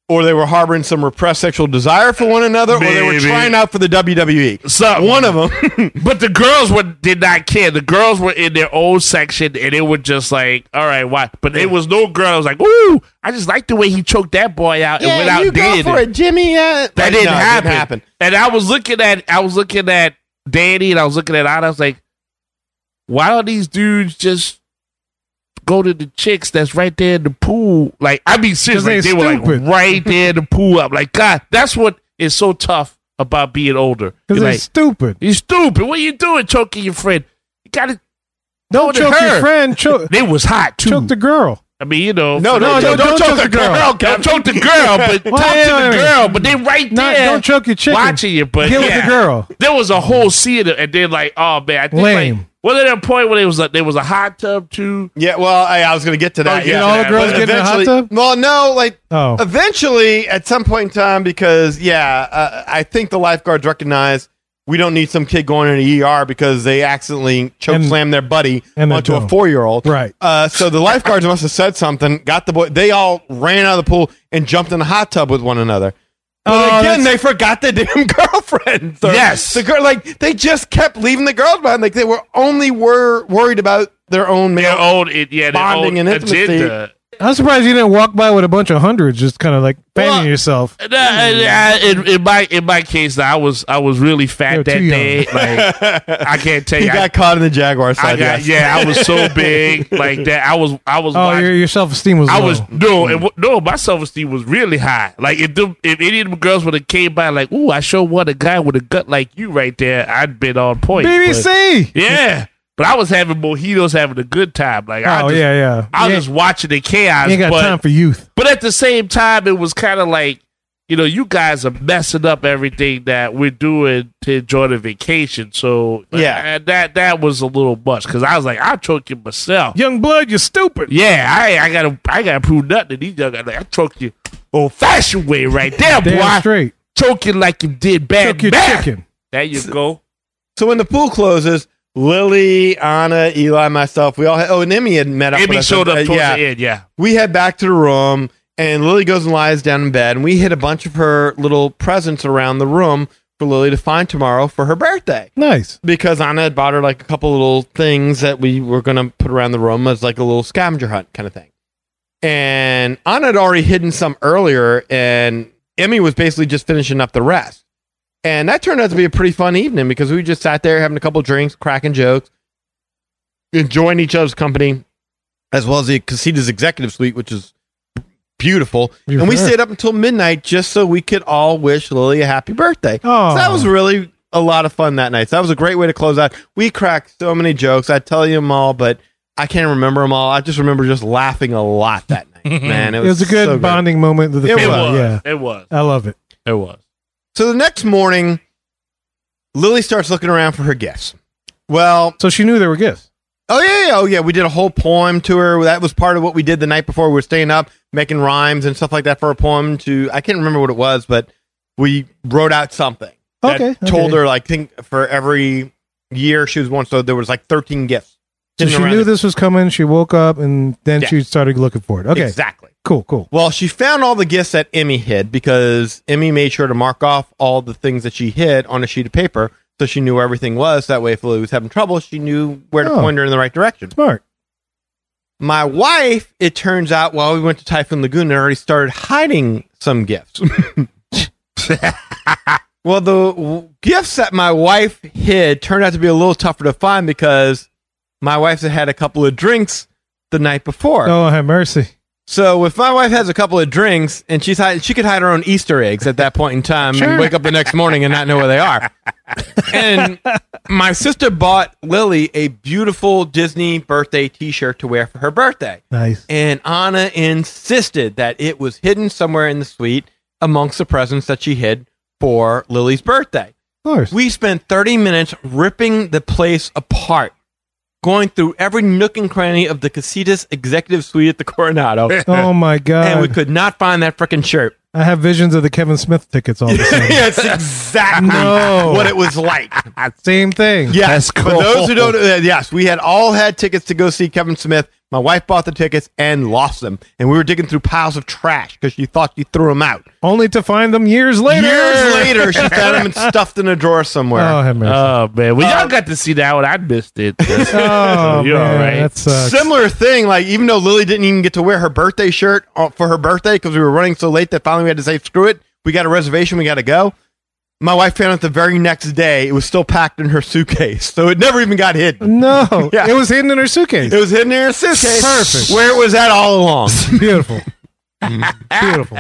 S3: Or they were harboring some repressed sexual desire for one another, or they were
S5: Maybe.
S3: trying out for the E. WWE.
S5: So
S3: One of them, (laughs)
S5: But the girls were did not care. The girls were in their own section, and it was just like, all right, why? But there was no girl. I was like, ooh, I just like the way he choked that boy out and went out
S3: you
S5: and
S3: go
S5: did
S3: for
S5: it.
S3: it, Jimmy. Yeah.
S5: That
S3: Like,
S5: didn't,
S3: no, it
S5: happen. And I was looking at, I was looking at Danny, and I was looking at Anna. I was like, why don't these dudes just go to the chicks that's right there in the pool? Like, I mean, seriously,
S2: Because
S5: like, they
S2: they
S5: were like
S2: stupid.
S5: right there in the pool. I'm like, God, that's what is so tough about
S3: (laughs)
S5: being older. You're
S2: Because they're
S5: like,
S2: stupid.
S5: you stupid. What are you doing choking your friend? You gotta
S2: Don't
S5: to
S2: choke
S5: her.
S2: your friend.
S5: (laughs)
S2: Choke,
S5: They was hot too.
S2: choke the girl.
S5: I mean, you know.
S3: No, no, no, don't, choke, the girl.
S5: Don't choke the girl, but
S2: Well,
S5: talk
S2: wait,
S5: to
S2: wait,
S5: the
S2: wait.
S5: girl. But they right
S2: Not,
S5: there
S2: Don't choke your chicken.
S5: watching you. But
S2: Kill
S5: yeah.
S2: the girl.
S5: There was a whole scene, of- and then like, oh man, I think like,
S2: Lame.
S5: wasn't there a point where there was a, there was a hot tub too?
S3: Yeah, well, I, I was going to get to that.
S5: Oh, you
S3: yeah,
S5: know, all the girls
S3: But
S5: get in
S2: a hot
S3: eventually-
S2: tub?
S3: Well, no, like
S2: Oh.
S3: eventually at some point in time, because yeah, uh, I think the lifeguards recognize we don't need some kid going into the ER because they accidentally choke
S2: And-
S3: slammed their buddy
S2: and they
S3: onto a
S2: don't.
S3: four year old.
S2: Right.
S3: Uh, so the lifeguards must have said something. Got the boy. They all ran out of the pool and jumped in the hot tub with one another. But
S2: Oh,
S3: again,
S2: that's-
S3: they forgot the (laughs) damn girlfriends. or
S5: Yes.
S3: the girl like they just kept leaving the girls behind. Like they were only were worried about their own male.
S5: Their old, it, yeah, their
S3: Bonding
S5: own
S3: and intimacy.
S5: agenda.
S2: I'm surprised you didn't walk by with a bunch of hundreds, just kind of like fanning
S5: Well,
S2: yourself.
S5: Nah, I- I- in, in my in my case, I was I was really fat
S2: You were
S5: that
S2: too young.
S5: day. Like I can't tell
S3: he
S5: you, I,
S3: got caught in the Jaguar
S5: I
S3: side.
S5: got
S3: yes.
S5: yeah, I was so big like that. I was I was
S2: Oh, Mm.
S5: watching-
S2: your, your self esteem was.
S5: I
S2: low.
S5: was no, it, wa- no. My self esteem was really high. Like if them, if any of the girls would have came by, like, ooh, I sure want a guy with a gut like you right there. I'd been on point. But,
S2: BBC.
S5: yeah, but I was having mojitos, having a good time. Like, I
S2: Oh
S5: just,
S2: yeah, yeah.
S5: I was
S2: You
S5: just watching the chaos.
S2: ain't- you ain't got
S5: but,
S2: time for youth.
S5: but at the same time, it was kind of like, you know, you guys are messing up everything that we're doing to enjoy the vacation. So
S3: Yeah.
S5: and that that was a little much because I was like, I'm choking myself.
S2: Young blood, you're stupid.
S5: Yeah, I I gotta I gotta prove nothing to these young guys. Like, I choke you old fashioned way right there,
S2: Damn
S5: boy.
S2: straight.
S5: Choke you like you did bad
S2: Cook your
S5: math.
S2: chicken.
S5: There you go.
S3: So when the pool closes, Lily, Anna, Eli, myself, we all had, oh, and Emmy had met up. with
S5: Emmy
S3: us.
S5: showed up
S3: Uh,
S5: towards
S3: yeah.
S5: the end, yeah.
S3: we head back to the room and Lily goes and lies down in bed and we hit a bunch of her little presents around the room for Lily to find tomorrow for her birthday.
S2: Nice.
S3: Because Anna had bought her like a couple little things that we were gonna put around the room as like a little scavenger hunt kind of thing. And Anna had already hidden some earlier and Emmy was basically just finishing up the rest. And that turned out to be a pretty fun evening because we just sat there having a couple drinks, cracking jokes, enjoying each other's company, as well as the Casitas executive suite, which is beautiful.
S2: You're
S3: and we
S2: fair.
S3: stayed up until midnight just so we could all wish Lily a happy birthday.
S2: Aw.
S3: So that was really a lot of fun that night. So that was a great way to close out. We cracked so many jokes. I tell you them all, but I can't remember them all. I just remember just laughing a lot that night. Man, it
S2: It
S3: was,
S2: was, a good
S3: so
S2: bonding moment with the
S3: It
S5: It
S2: family.
S5: was.
S2: Yeah,
S5: It was.
S2: I love it.
S5: It was.
S3: So the next morning, Lily starts looking around for her gifts. Well,
S2: So she knew there were gifts.
S3: Oh yeah, yeah, oh yeah. We did a whole poem to her. That was part of what we did the night before. We were staying up, making rhymes and stuff like that for a poem to. I can't remember what it was, but we wrote out something. that
S2: Okay,
S3: Told
S2: okay.
S3: her like think for every year she was one. So there was like thirteen gifts.
S2: So
S3: sitting
S2: she
S3: around
S2: knew
S3: the-
S2: this was coming. She woke up and then
S3: Yeah.
S2: she started looking for it. Okay,
S3: exactly.
S2: cool, cool.
S3: Well, she found all the gifts that Emmy hid because Emmy made sure to mark off all the things that she hid on a sheet of paper, so she knew where everything was. That way, if Lily was having trouble, she knew where to
S2: Oh.
S3: point her in the right direction.
S2: Smart.
S3: My wife, it turns out, while we went to Typhoon Lagoon, had already started hiding some gifts. well, the w- gifts that my wife hid turned out to be a little tougher to find because my wife had had a couple of drinks the night before.
S2: Oh, have mercy.
S3: So, if my wife has a couple of drinks and she's hiding, she could hide her own Easter eggs at that point in time and wake up the next morning and not know where they are. and my sister bought Lily a beautiful Disney birthday t shirt to wear for her birthday
S2: Nice.
S3: and Anna insisted that it was hidden somewhere in the suite amongst the presents that she hid for Lily's birthday.
S2: Of course.
S3: We spent 30 minutes ripping the place apart, going through every nook and cranny of the Casitas executive suite at the (laughs) Coronado,
S2: oh my
S3: and we
S2: god.
S3: could not find that freaking shirt.
S2: I have visions of the Kevin Smith tickets all of a sudden.
S3: (laughs) That's exactly
S2: No.
S3: what it was like.
S2: Same thing.
S3: Yes,
S5: That's
S3: for
S5: cool.
S3: those who don't, uh, yes, we had all had tickets to go see Kevin Smith. My wife bought the tickets and lost them, and we were digging through piles of trash because she thought she threw them out.
S2: Only to find them years later.
S3: Years Uh, later, she
S2: (laughs)
S3: found them and stuffed in a drawer somewhere.
S2: Oh, have mercy.
S5: Oh man. Well y'all got to see that one. I missed it.
S2: (laughs)
S3: (laughs)
S2: oh,
S5: You're
S2: man,
S5: all right.
S2: that sucks.
S3: Similar thing, like even though Lily didn't even get to wear her birthday shirt uh, for her birthday because we were running so late that finally we had to say, "Screw it, we got a reservation, we got to go." My wife found out the very next day it was still packed in her suitcase, so it never even got hidden.
S2: no,
S3: (laughs) Yeah.
S2: it was hidden in her suitcase.
S3: It was hidden in her suitcase,
S2: Perfect.
S3: where it was at all along.
S2: (laughs) Beautiful. Beautiful.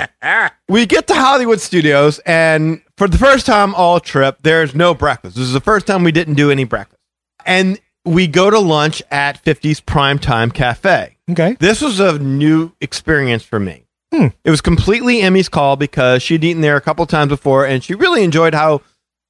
S3: we get to Hollywood Studios, and for the first time all trip, there's no breakfast. This is the first time we didn't do any breakfast. And we go to lunch at 50's Primetime Cafe.
S2: Okay.
S3: This was a new experience for me. It was completely Emmy's call because she'd eaten there a couple times before, and she really enjoyed how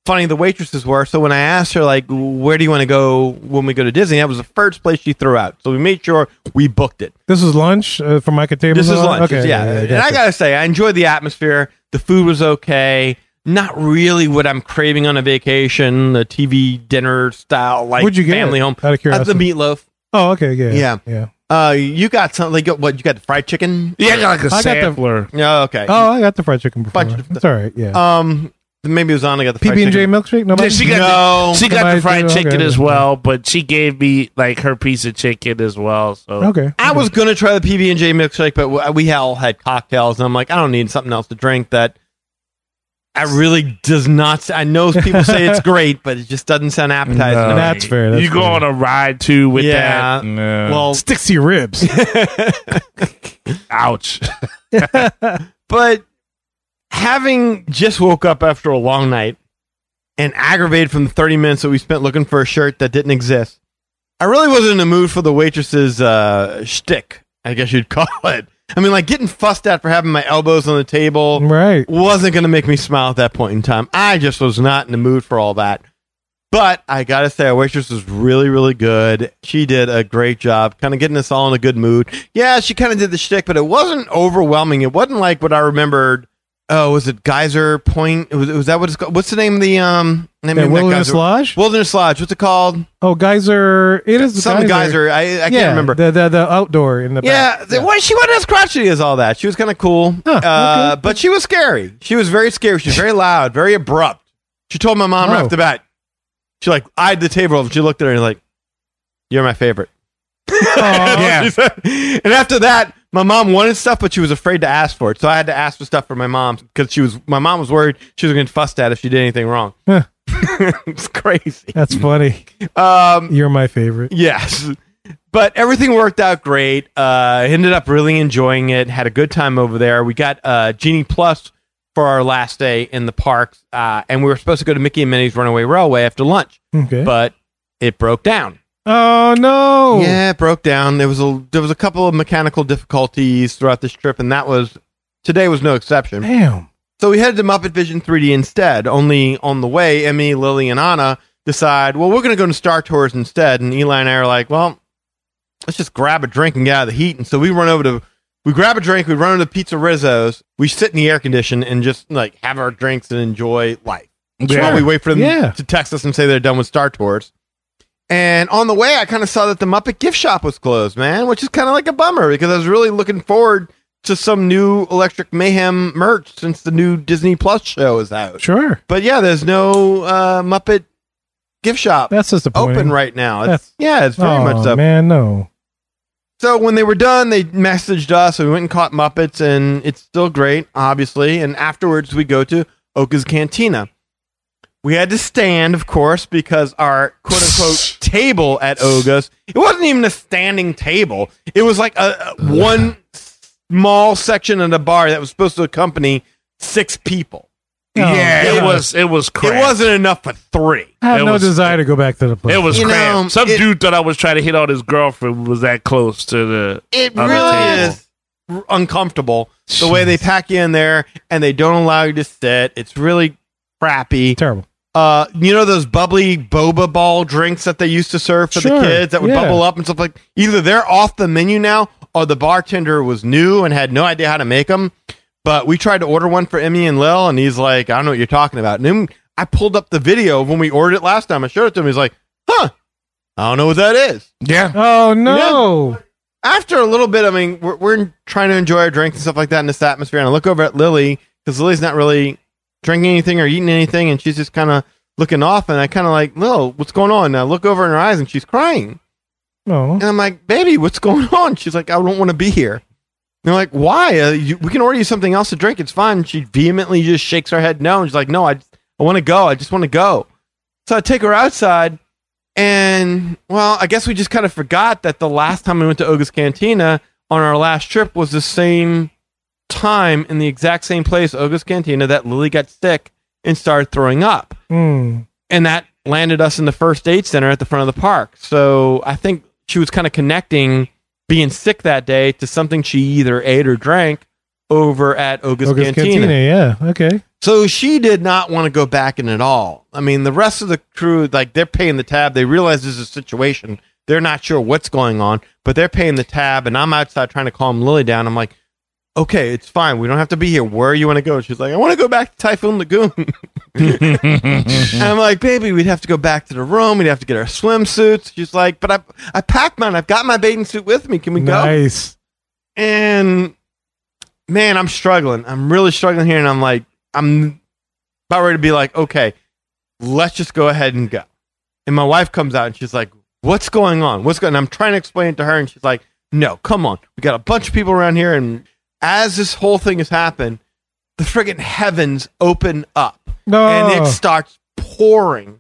S3: funny the waitresses were. So when I asked her, like, where do you want to go when we go to Disney, that was the first place she threw out. So we made sure we booked it.
S2: This was lunch uh, from my table.
S3: This is lunch.
S2: Okay.
S3: yeah. and I
S2: gotcha.
S3: gotta say, I enjoyed the atmosphere. The food was okay. Not really what I'm craving on a vacation. The TV dinner style, like
S2: What'd you get?
S3: family home.
S2: Out of
S3: Uh, the
S2: curiosity.
S3: meatloaf.
S2: Oh, okay. Yeah.
S3: Yeah.
S2: Yeah.
S3: Uh, you got something? Like, what you got? The fried chicken?
S5: Yeah, I got like a
S2: I got the-
S5: sampler.
S3: Yeah. Okay.
S2: Oh, I got the fried chicken before.
S3: Bunch of-
S2: It's all right. Yeah.
S3: Um, maybe it was on. I got the fried
S2: PB and J
S3: chicken.
S2: milkshake. No,
S5: Yeah, she got
S3: No.
S5: the, she got
S2: Somebody
S5: the fried
S2: do- okay,
S5: chicken as
S2: okay.
S5: well, but she gave me like her piece of chicken as well. So
S2: okay.
S3: I was gonna try the PB and J milkshake, but w- we all had cocktails, and I'm like, I don't need something else to drink that. I really does not. I know people say
S2: (laughs)
S3: it's great, but it just doesn't sound appetizing.
S5: No.
S3: to me.
S2: That's fair, that's
S5: you go
S2: fair.
S5: on a ride too with
S3: Yeah.
S5: that. No.
S3: Well,
S2: sticks to your
S3: (laughs)
S2: ribs. (laughs)
S5: ouch.
S3: but having just woke up after a long night and aggravated from the 30 minutes that we spent looking for a shirt that didn't exist, I really wasn't in the mood for the waitress's uh, shtick, I guess you'd (laughs) call it. I mean, like getting fussed at for having my elbows on the table
S2: right.
S3: wasn't going to make me smile at that point in time. I just was not in the mood for all that. But I got to say, our waitress was really, really good. She did a great job, kind of getting us all in a good mood. Yeah, she kind of did the shtick, but it wasn't overwhelming. It wasn't like what I remembered. Oh, was it Geyser Point? Was, was that what it's called? What's the name of the um name
S2: Yeah,
S3: of that
S2: Wilderness
S3: geyser?
S2: Lodge?
S3: Wilderness Lodge. What's it called?
S2: Oh, geyser. It is
S3: Some geyser. I, I can't remember.
S2: The, the the outdoor in the
S3: Yeah,
S2: back.
S3: the, well, she wasn't as crotchety as all that. She was kind of cool,
S2: Huh,
S3: uh,
S2: okay.
S3: but she was scary. She was very scary. She was very loud, very abrupt. She told my mom right
S2: Oh.
S3: off the bat. She like eyed the table and she looked at her and like, "You're my favorite."
S2: (laughs)
S3: (laughs)
S5: yeah.
S3: She said- and after that, my mom wanted stuff, but she was afraid to ask for it. So I had to ask for stuff for my mom because she was my mom was worried she was going to fuss at if she did anything wrong. (laughs)
S2: Huh.
S3: it's crazy.
S2: That's funny.
S3: Um,
S2: You're my favorite.
S3: Yes. But everything worked out great. Uh, ended up really enjoying it. Had a good time over there. We got uh, Genie Plus for our last day in the parks, uh, and we were supposed to go to Mickey and Minnie's Runaway Railway after lunch,
S2: Okay.
S3: but it broke down.
S2: oh no.
S3: Yeah, it broke down. There was a there was a couple of mechanical difficulties throughout this trip, and that was today was no exception.
S2: Damn.
S3: So we headed to Muppet Vision 3D instead. Only on the way, Emmy, Lily, and Anna decide, well, we're going to go to Star Tours instead. And Eli and I are like, well, let's just grab a drink and get out of the heat. And so we run over to, we grab a drink, we run over to Pizza Rizzo's, we sit in the air condition and just like have our drinks and enjoy life. So
S5: Yeah.
S3: while we wait for them
S2: Yeah.
S3: to text us and say they're done with Star Tours. And on the way, I kind of saw that the Muppet gift shop was closed, man, which is kind of like a bummer because I was really looking forward to some new Electric Mayhem merch since the new Disney Plus show is out.
S2: Sure.
S3: But yeah, there's no uh, Muppet gift shop
S2: That's just
S3: open right now. It's,
S2: That's-
S3: yeah, it's very
S2: oh,
S3: much so.
S2: man, no.
S3: So when they were done, they messaged us. and We went and caught Muppets, and it's still great, obviously. And afterwards, we go to Oka's Cantina. We had to stand, of course, because our quote unquote table at Oga's, it wasn't even a standing table. It was like a, a one small section of the bar that was supposed to accompany six people.
S5: yeah,
S2: Oh,
S5: it
S3: yeah.
S5: was it was crap.
S3: It wasn't enough for three.
S2: I have
S5: It
S2: no
S5: was-
S2: desire to go back to the place.
S5: It was
S3: You
S5: crap.
S3: know,
S5: Some
S3: it-
S5: dude thought I was trying to hit on his girlfriend was that close to the
S3: It
S5: on the
S3: really
S5: table.
S3: is r- uncomfortable the way they pack you in there and they don't allow you to sit. It's really crappy.
S2: terrible.
S3: Uh, you know those bubbly boba ball drinks that they used to serve for
S2: Sure,
S3: the kids that would
S2: yeah.
S3: bubble up and stuff like. Either they're off the menu now, or the bartender was new and had no idea how to make them. But we tried to order one for Emmy and Lil, and he's like, "I don't know what you're talking about." And then I pulled up the video of when we ordered it last time. I showed it to him. He's like, "Huh, I don't know what that is."
S5: Yeah.
S2: Oh no.
S3: after a little bit, I mean, we're, we're trying to enjoy our drinks and stuff like that in this atmosphere. And I look over at Lily because Lily's not really drinking anything or eating anything, and she's just kind of looking off. And I kind of like, Lil, what's going on? And I look over in her eyes, and she's crying.
S2: No.
S3: And I'm like, baby, what's going (laughs) on? She's like, I don't want to be here. And they're like, why? Uh, you, we can order you something else to drink. It's fine. And she vehemently just shakes her head no. And she's like, no, I, I want to go. I just want to go. So I take her outside. And, well, I guess we just kind of forgot that the last time we went to Oga's Cantina on our last trip was the same time in the exact same place, Oga's Cantina, that Lily got sick and started throwing up
S2: Mm.
S3: and that landed us in the first aid center at the front of the park. So I think she was kind of connecting being sick that day to something she either ate or drank over at Oga's,
S2: Oga's
S3: Cantina.
S2: Cantina, yeah. Okay.
S3: So she did not want to go back in at all. I mean, the rest of the crew, like they're paying the tab. They realize this is a situation. They're not sure what's going on, but they're paying the tab. And I'm outside trying to calm Lily down. I'm like, okay, it's fine. We don't have to be here. Where you want to go? She's like, I want to go back to Typhoon Lagoon. (laughs) and I'm like, baby, we'd have to go back to the room. We'd have to get our swimsuits. She's like, but I, I packed mine. I've got my bathing suit with me. Can we go?
S2: Nice.
S3: and man, I'm struggling. I'm really struggling here, and I'm like, I'm about ready to be like, okay, let's just go ahead and go. And my wife comes out and she's like, "What's going on? What's going?" And I'm trying to explain it to her, and she's like, "No, come on, we got a bunch of people around here, and as this whole thing has happened, the friggin' heavens open up,
S2: No.
S3: and it starts pouring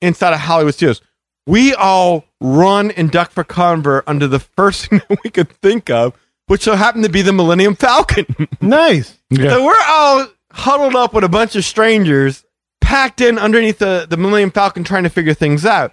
S3: inside of Hollywood Studios. We all run and duck for cover under the first (laughs) thing that we could think of, which so happened to be the Millennium Falcon.
S2: nice.
S5: Yeah.
S3: so we're all huddled up with a bunch of strangers, packed in underneath the, the Millennium Falcon, trying to figure things out.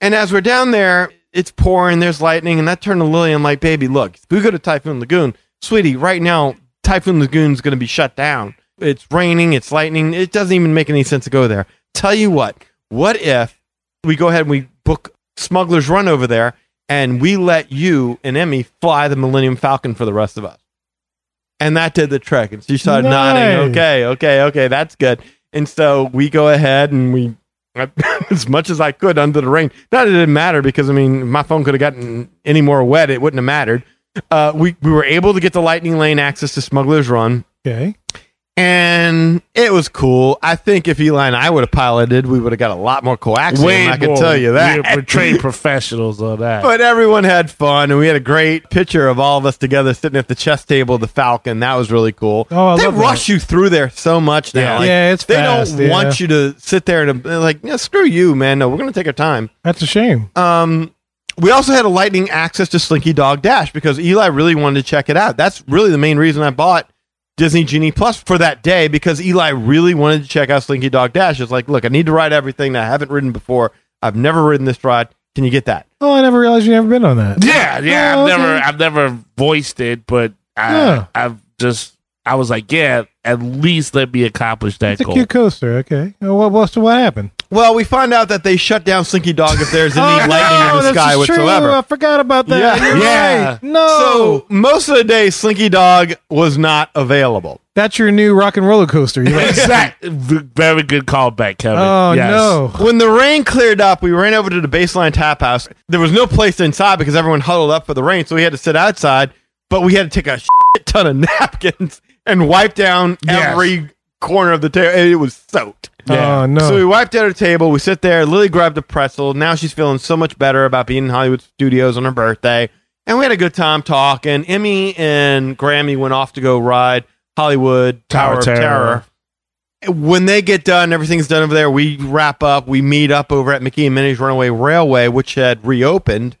S3: And as we're down there, it's pouring, there's lightning, and I turn to Lily. I'm like, baby, look, if we go to Typhoon Lagoon, sweetie, right now, Typhoon Lagoon's going to be shut down. It's raining, it's lightning. It doesn't even make any sense to go there. Tell you what, what if we go ahead and we book Smuggler's Run over there and we let you and Emmy fly the Millennium Falcon for the rest of us? And that did the trick. And she started
S2: Nice.
S3: nodding, okay, okay, okay, that's good. And so we go ahead and we (laughs) I- as much as I could under the rain. Not that it didn't matter because I mean my phone could have gotten any more wet. It wouldn't have mattered. Uh, we we were able to get the lightning lane access to Smuggler's Run,
S2: Okay.
S3: and it was cool. I think if Eli and I would have piloted, we would have got a lot more coaxial.
S5: Way
S3: I can
S5: more.
S3: tell you
S5: We're, we're
S3: that.
S5: trained professionals on
S3: (laughs)
S5: that.
S3: But everyone had fun, and we had a great picture of all of us together sitting at the chess table, of the Falcon. That was really cool.
S2: Oh, I
S3: they
S2: love that.
S3: rush you through there so much now.
S5: Yeah.
S3: Like,
S2: Yeah, it's
S3: they
S2: fast,
S3: don't
S2: yeah.
S3: want you to sit there and uh, like, yeah, screw you, man. No, we're gonna take our time.
S2: That's a shame.
S3: Um, we also had a lightning access to Slinky Dog Dash because Eli really wanted to check it out. That's really the main reason I bought Disney Genie Plus for that day because Eli really wanted to check out Slinky Dog Dash. It's like, look, I need to ride everything that I haven't ridden before. I've never ridden this ride. Can you get that?
S2: Oh, I never realized you never been on that.
S5: Yeah, yeah.
S2: Oh,
S5: I've never,
S2: okay.
S5: I've never voiced it, but I,
S2: Yeah.
S5: I've just, I was like, yeah, at least let me accomplish that
S2: It's a
S5: goal.
S2: cute coaster. Okay. Oh, What, what, so what happened? Oh,
S3: Well, we find out that they shut down Slinky Dog if there's
S2: (laughs)
S3: any lightning in the
S2: that's
S3: sky
S2: true.
S3: whatsoever.
S2: I forgot about that.
S3: Yeah.
S2: You're
S5: Yeah.
S2: right. No.
S3: So most of the day, Slinky Dog was not available.
S2: that's your new rock and roller coaster. You're
S5: (laughs)
S2: like,
S5: Exact, v- very good callback, Kevin.
S2: oh
S5: Yes.
S2: no.
S3: When the rain cleared up, we ran over to the baseline tap house. There was no place inside because everyone huddled up for the rain, so we had to sit outside. But we had to take a (laughs) shit ton of napkins and wipe down
S5: Yes.
S3: every corner of the table. It was soaked.
S5: Yeah.
S2: Oh no.
S3: So we wiped out her table. We sit there. Lily grabbed a pretzel. Now she's feeling so much better about being in Hollywood Studios on her birthday. And we had a good time talking. Emmy and Grammy went off to go ride Hollywood Tower,
S5: Tower
S3: of
S5: Terror.
S3: Terror. When they get done, everything's done over there. We wrap up. We meet up over at Mickey and Minnie's Runaway Railway, which had reopened.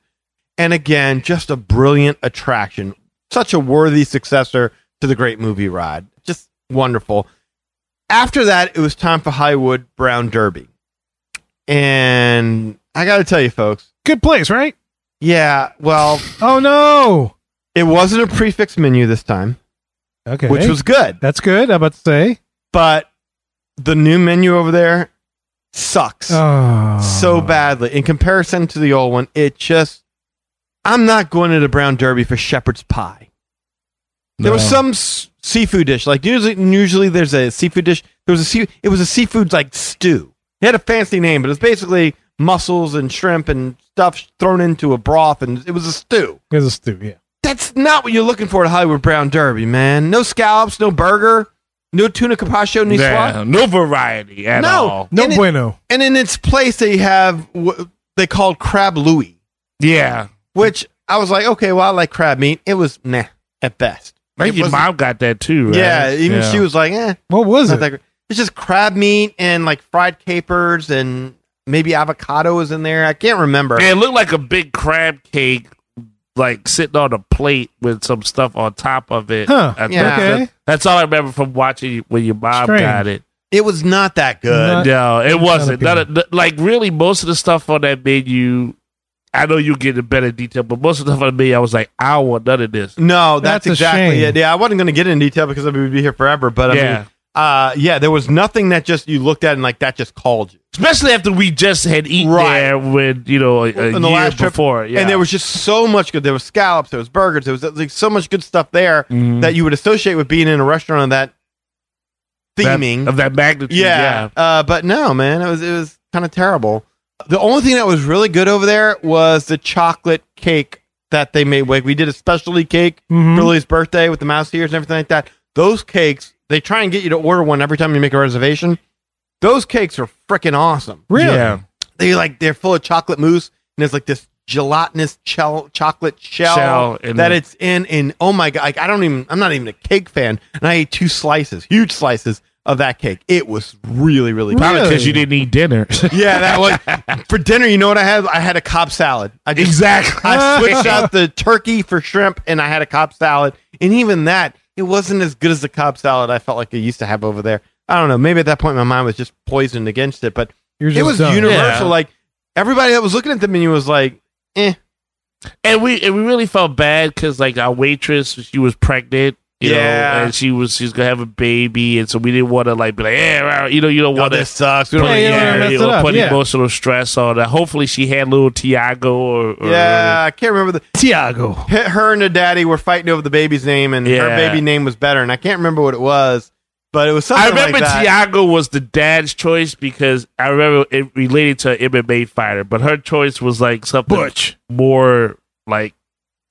S3: And again, just a brilliant attraction. Such a worthy successor to the great movie ride. Just wonderful after that, it was time for Hollywood Brown Derby. And I got to tell you, folks,
S2: Good place, right?
S3: yeah, well,
S2: Oh no.
S3: it wasn't a prefix menu this time,
S2: Okay.
S3: which was good,
S2: that's good. I'm about to say.
S3: but the new menu over there sucks
S2: Oh.
S3: so badly. In comparison to the old one, it just, I'm not going to the Brown Derby for shepherd's pie. There was
S5: No.
S3: some s- seafood dish. Like usually, usually there's a seafood dish. There was a sea, it was a seafood like stew. It had a fancy name, but it was basically mussels and shrimp and stuff thrown into a broth, and it was a stew.
S2: It's a stew. Yeah.
S3: That's not what you're looking for at Hollywood Brown Derby, man. No scallops, no burger, no tuna capacho, no
S5: Yeah, no variety at
S3: No.
S5: all.
S2: No
S3: And it-
S2: bueno.
S3: And in its place, they have what they called crab louis,
S5: Yeah,
S3: which I was like, okay, well, I like crab meat. It was meh at best.
S5: I think
S3: It
S5: your
S3: wasn't-
S5: mom got that too. Right?
S3: Yeah, even she was like, eh.
S2: What was
S3: Not
S2: it?
S3: that great. It's just crab meat and like fried capers and maybe avocado is in there. I can't remember.
S5: Yeah, it looked like a big crab cake, like sitting on a plate with some stuff on top of it.
S2: Huh.
S5: I think
S3: Yeah.
S5: that-
S2: Okay.
S5: that's all I remember from watching when your mom
S2: Strange.
S5: got it.
S3: It was not that
S2: Not-
S3: good.
S5: No, it wasn't.
S2: appealing.
S5: None of, th- like really, most of the stuff on that menu, I know you get in better detail, but most of the stuff on the menu, I was like, I don't want none of this.
S3: no, that's,
S2: That's a
S3: exactly
S2: shame.
S3: it. Yeah, I wasn't going to get in detail because we would be here forever. But I
S5: Yeah.
S3: mean, uh, yeah, there was nothing that just you looked at and like that just called you.
S5: Especially after we just had eaten
S3: Right.
S5: there with you know a, a
S3: in
S5: year
S3: the last trip
S5: before, yeah.
S3: and there was just so much good. There was scallops, there was burgers, there was uh, like so much good stuff there that you would associate with being in a restaurant of that
S5: That-
S3: theming.
S5: of that magnitude.
S3: yeah,
S5: Yeah,
S3: Uh, but no, man, it was it was kind of terrible. The only thing that was really good over there was the chocolate cake that they made. Like we did a specialty cake for Lily's birthday with the mouse ears and everything like that. Those cakes, they try and get you to order one every time you make a reservation. Those cakes are freaking awesome
S2: Really?
S5: Yeah.
S3: they like they're full of chocolate mousse and there's like this gelatinous chel- chocolate shell,
S5: Shell in
S3: that
S5: it.
S3: it's in and oh my god like, i don't even i'm not even a cake fan and i ate two slices huge slices of that cake it was really really good
S5: Probably because you didn't eat dinner.
S3: (laughs) yeah that was for dinner you know what i had i had a cob salad i just
S5: exactly.
S3: i
S5: (laughs)
S3: switched out the turkey for shrimp and i had a cob salad and even that it wasn't as good as the cob salad i felt like i used to have over there i don't know maybe at that point my mind was just poisoned against it but
S2: You're
S3: it was
S2: done.
S3: universal. Like everybody that was looking at the menu was like, "Eh,
S5: and we and we really felt bad because like our waitress, she was pregnant. You
S3: Yeah.
S5: know, and she was she's gonna have a baby, and so we didn't want to like be like, eh, rah," you know, you don't
S3: well,
S5: want to
S3: this sucks." We
S5: put,
S3: don't
S2: Yeah,
S3: really
S2: you don't wanna mess
S3: care."
S5: yeah, you
S2: it
S5: know,
S2: up,
S5: put
S2: yeah.
S5: emotional stress on that. Hopefully, she had little Tiago or, or
S3: yeah, I can't remember the
S2: Tiago.
S3: her- her and her daddy were fighting over the baby's name, and her
S5: Yeah.
S3: baby name was better, and I can't remember what it was, but it was something.
S5: uh, I remember
S3: like that.
S5: Tiago was the dad's choice because I remember it related to an MMA fighter, but her choice was like something
S2: Butch.
S5: more like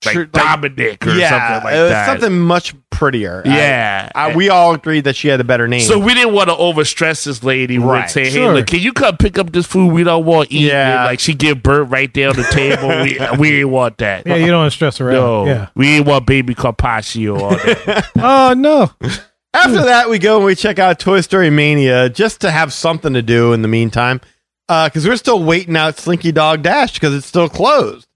S5: like
S3: Sure, like-
S5: Dominic or
S3: yeah,
S5: something like
S3: it was
S5: that.
S3: something much prettier. I-
S5: yeah.
S3: I, we all agreed that she had a better name.
S5: so we didn't want to overstress this lady
S3: Right,
S5: with saying, "Hey,
S2: sure.
S5: look, can you come pick up this food we don't want to eat?"
S3: Yeah.
S5: And, like she give birth right there on the
S3: (laughs)
S5: table. we we didn't want that.
S2: Yeah, you don't wanna stress around.
S5: no,
S2: Yeah.
S5: we didn't want baby Carpaccio on that. (laughs)
S2: Oh no.
S5: Hmm.
S3: After that, we go and we check out Toy Story Mania just to have something to do in the meantime, because we're still waiting out Slinky Dog Dash because it's still closed.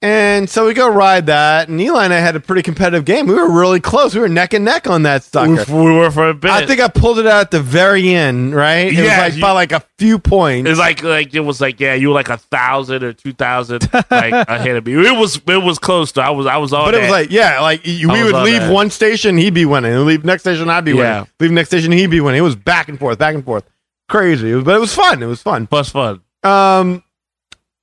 S3: And so we go ride that, and Eli and I had a pretty competitive game. We were really close. We were neck and neck on that
S5: we,
S3: sucker.
S5: we were for a bit.
S3: I think I pulled it out at the very end, right? It
S5: Yeah,
S3: was like
S5: you-
S3: by like a few points.
S5: It's like like it was like yeah, you were like a thousand or two thousand like (laughs) ahead of me. It was it was close though. I was I was on.
S3: but it was
S5: that.
S3: like, yeah, like y-
S5: I
S3: we
S5: was
S3: would
S5: on
S3: leave
S5: that.
S3: one station, he'd be winning. and Leave next station, I'd be
S5: Yeah.
S3: winning. Leave next station, he'd be winning. It was back and forth, back and forth. Crazy. It was- But it was fun. It was fun.
S5: plus fun.
S3: um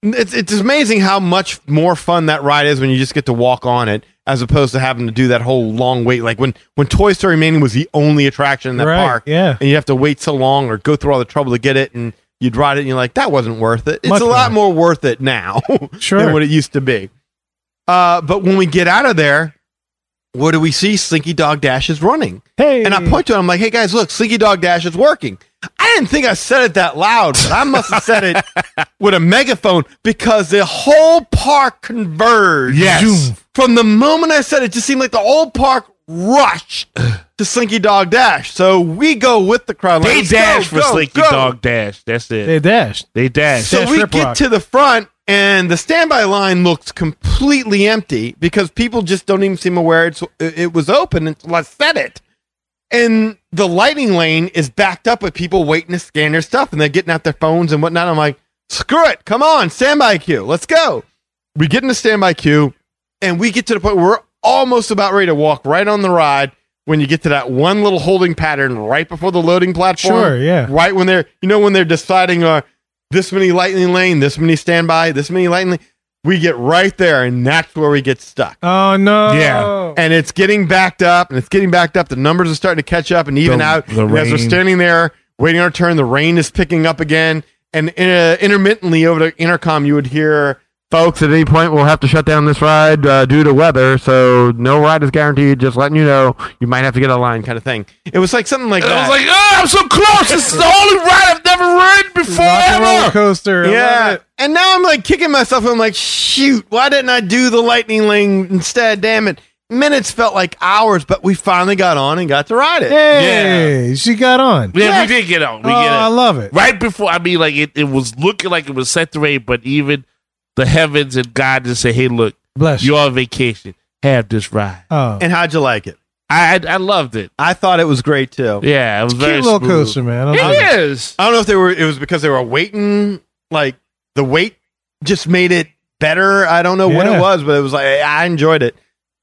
S3: it's it's amazing how much more fun that ride is when you just get to walk on it as opposed to having to do that whole long wait like when when Toy Story Mania was the only attraction in that
S2: right.
S3: park
S2: Yeah.
S3: and you have to wait so long or go through all the trouble to get it and you'd ride it and you're like that wasn't worth it it's
S2: Much
S3: a lot more worth it now (laughs)
S2: Sure.
S3: than what it used to be uh but when we get out of there what do we see Slinky Dog Dash is running
S2: hey.
S3: and I point to it. I'm like, hey guys, look, Slinky Dog Dash is working. I didn't think I said it that loud, but I must have said
S5: (laughs)
S3: it with a megaphone because the whole park converged.
S5: Yes. Zoom.
S3: From the moment I said it, it just seemed like the whole park rushed to Slinky Dog Dash. So we go with the crowd. Like,
S5: They
S3: "Let's go,
S5: dash for
S3: go,
S5: Slinky
S3: go."
S5: Dog Dash. That's it.
S2: they
S5: They,
S2: dashed.
S5: dash.
S3: So
S2: Dash
S3: we
S2: Rip
S3: get
S2: Rock.
S3: to the front, and the standby line looks completely empty because people just don't even seem aware it's, it was open until I said it. And the lightning lane is backed up with people waiting to scan their stuff, and they're getting out their phones and whatnot. I'm like, screw it, come on, standby queue, let's go. We get in the standby queue, and we get to the point where we're almost about ready to walk right on the ride. When you get to that one little holding pattern right before the loading platform,
S2: Sure, yeah.
S3: right when they're you know when they're deciding uh, this many lightning lane, this many standby, this many lightning. We get right there, and that's where we get stuck.
S2: Oh no.
S5: Yeah.
S3: And it's getting backed up, and it's getting backed up. The numbers are starting to catch up and even
S5: The-
S3: out.
S5: the
S3: And as we're
S5: rain.
S3: standing there waiting our turn, the rain is picking up again, and uh, intermittently over the intercom, you would hear. Folks, at any point, we'll have to shut down this ride uh, due to weather, so no ride is guaranteed. Just letting you know, you might have to get a line, kind of thing. It was like something like
S5: I
S3: that.
S5: was like, oh, I'm so close. This is the only ride I've never ridden before
S2: Rock and roller
S5: ever.
S2: coaster. I love
S3: Yeah.
S2: it.
S3: And now I'm like kicking myself. I'm like, shoot, why didn't I do the lightning lane instead? Damn it. Minutes felt like hours, but we finally got on and got to ride it.
S2: Hey, she got on.
S5: Yeah,
S3: Yes.
S5: we did get on.
S2: Oh,
S5: We get
S2: I
S5: on.
S2: love it.
S5: right before. I mean, like it, it was looking like it was set to rain, but even the heavens and God just said, hey, look,
S2: Bless you.
S5: you're on vacation. Have this ride.
S2: Oh,
S3: And how'd you like it?
S5: I I, I loved it.
S3: I thought it was great too.
S5: Yeah, it was very
S2: cute little
S5: smooth.
S2: coaster, man. I love
S5: It is.
S3: I don't know if they were it was because they were waiting, like the wait just made it better. I don't know what
S2: Yeah.
S3: it was, but it was like I enjoyed it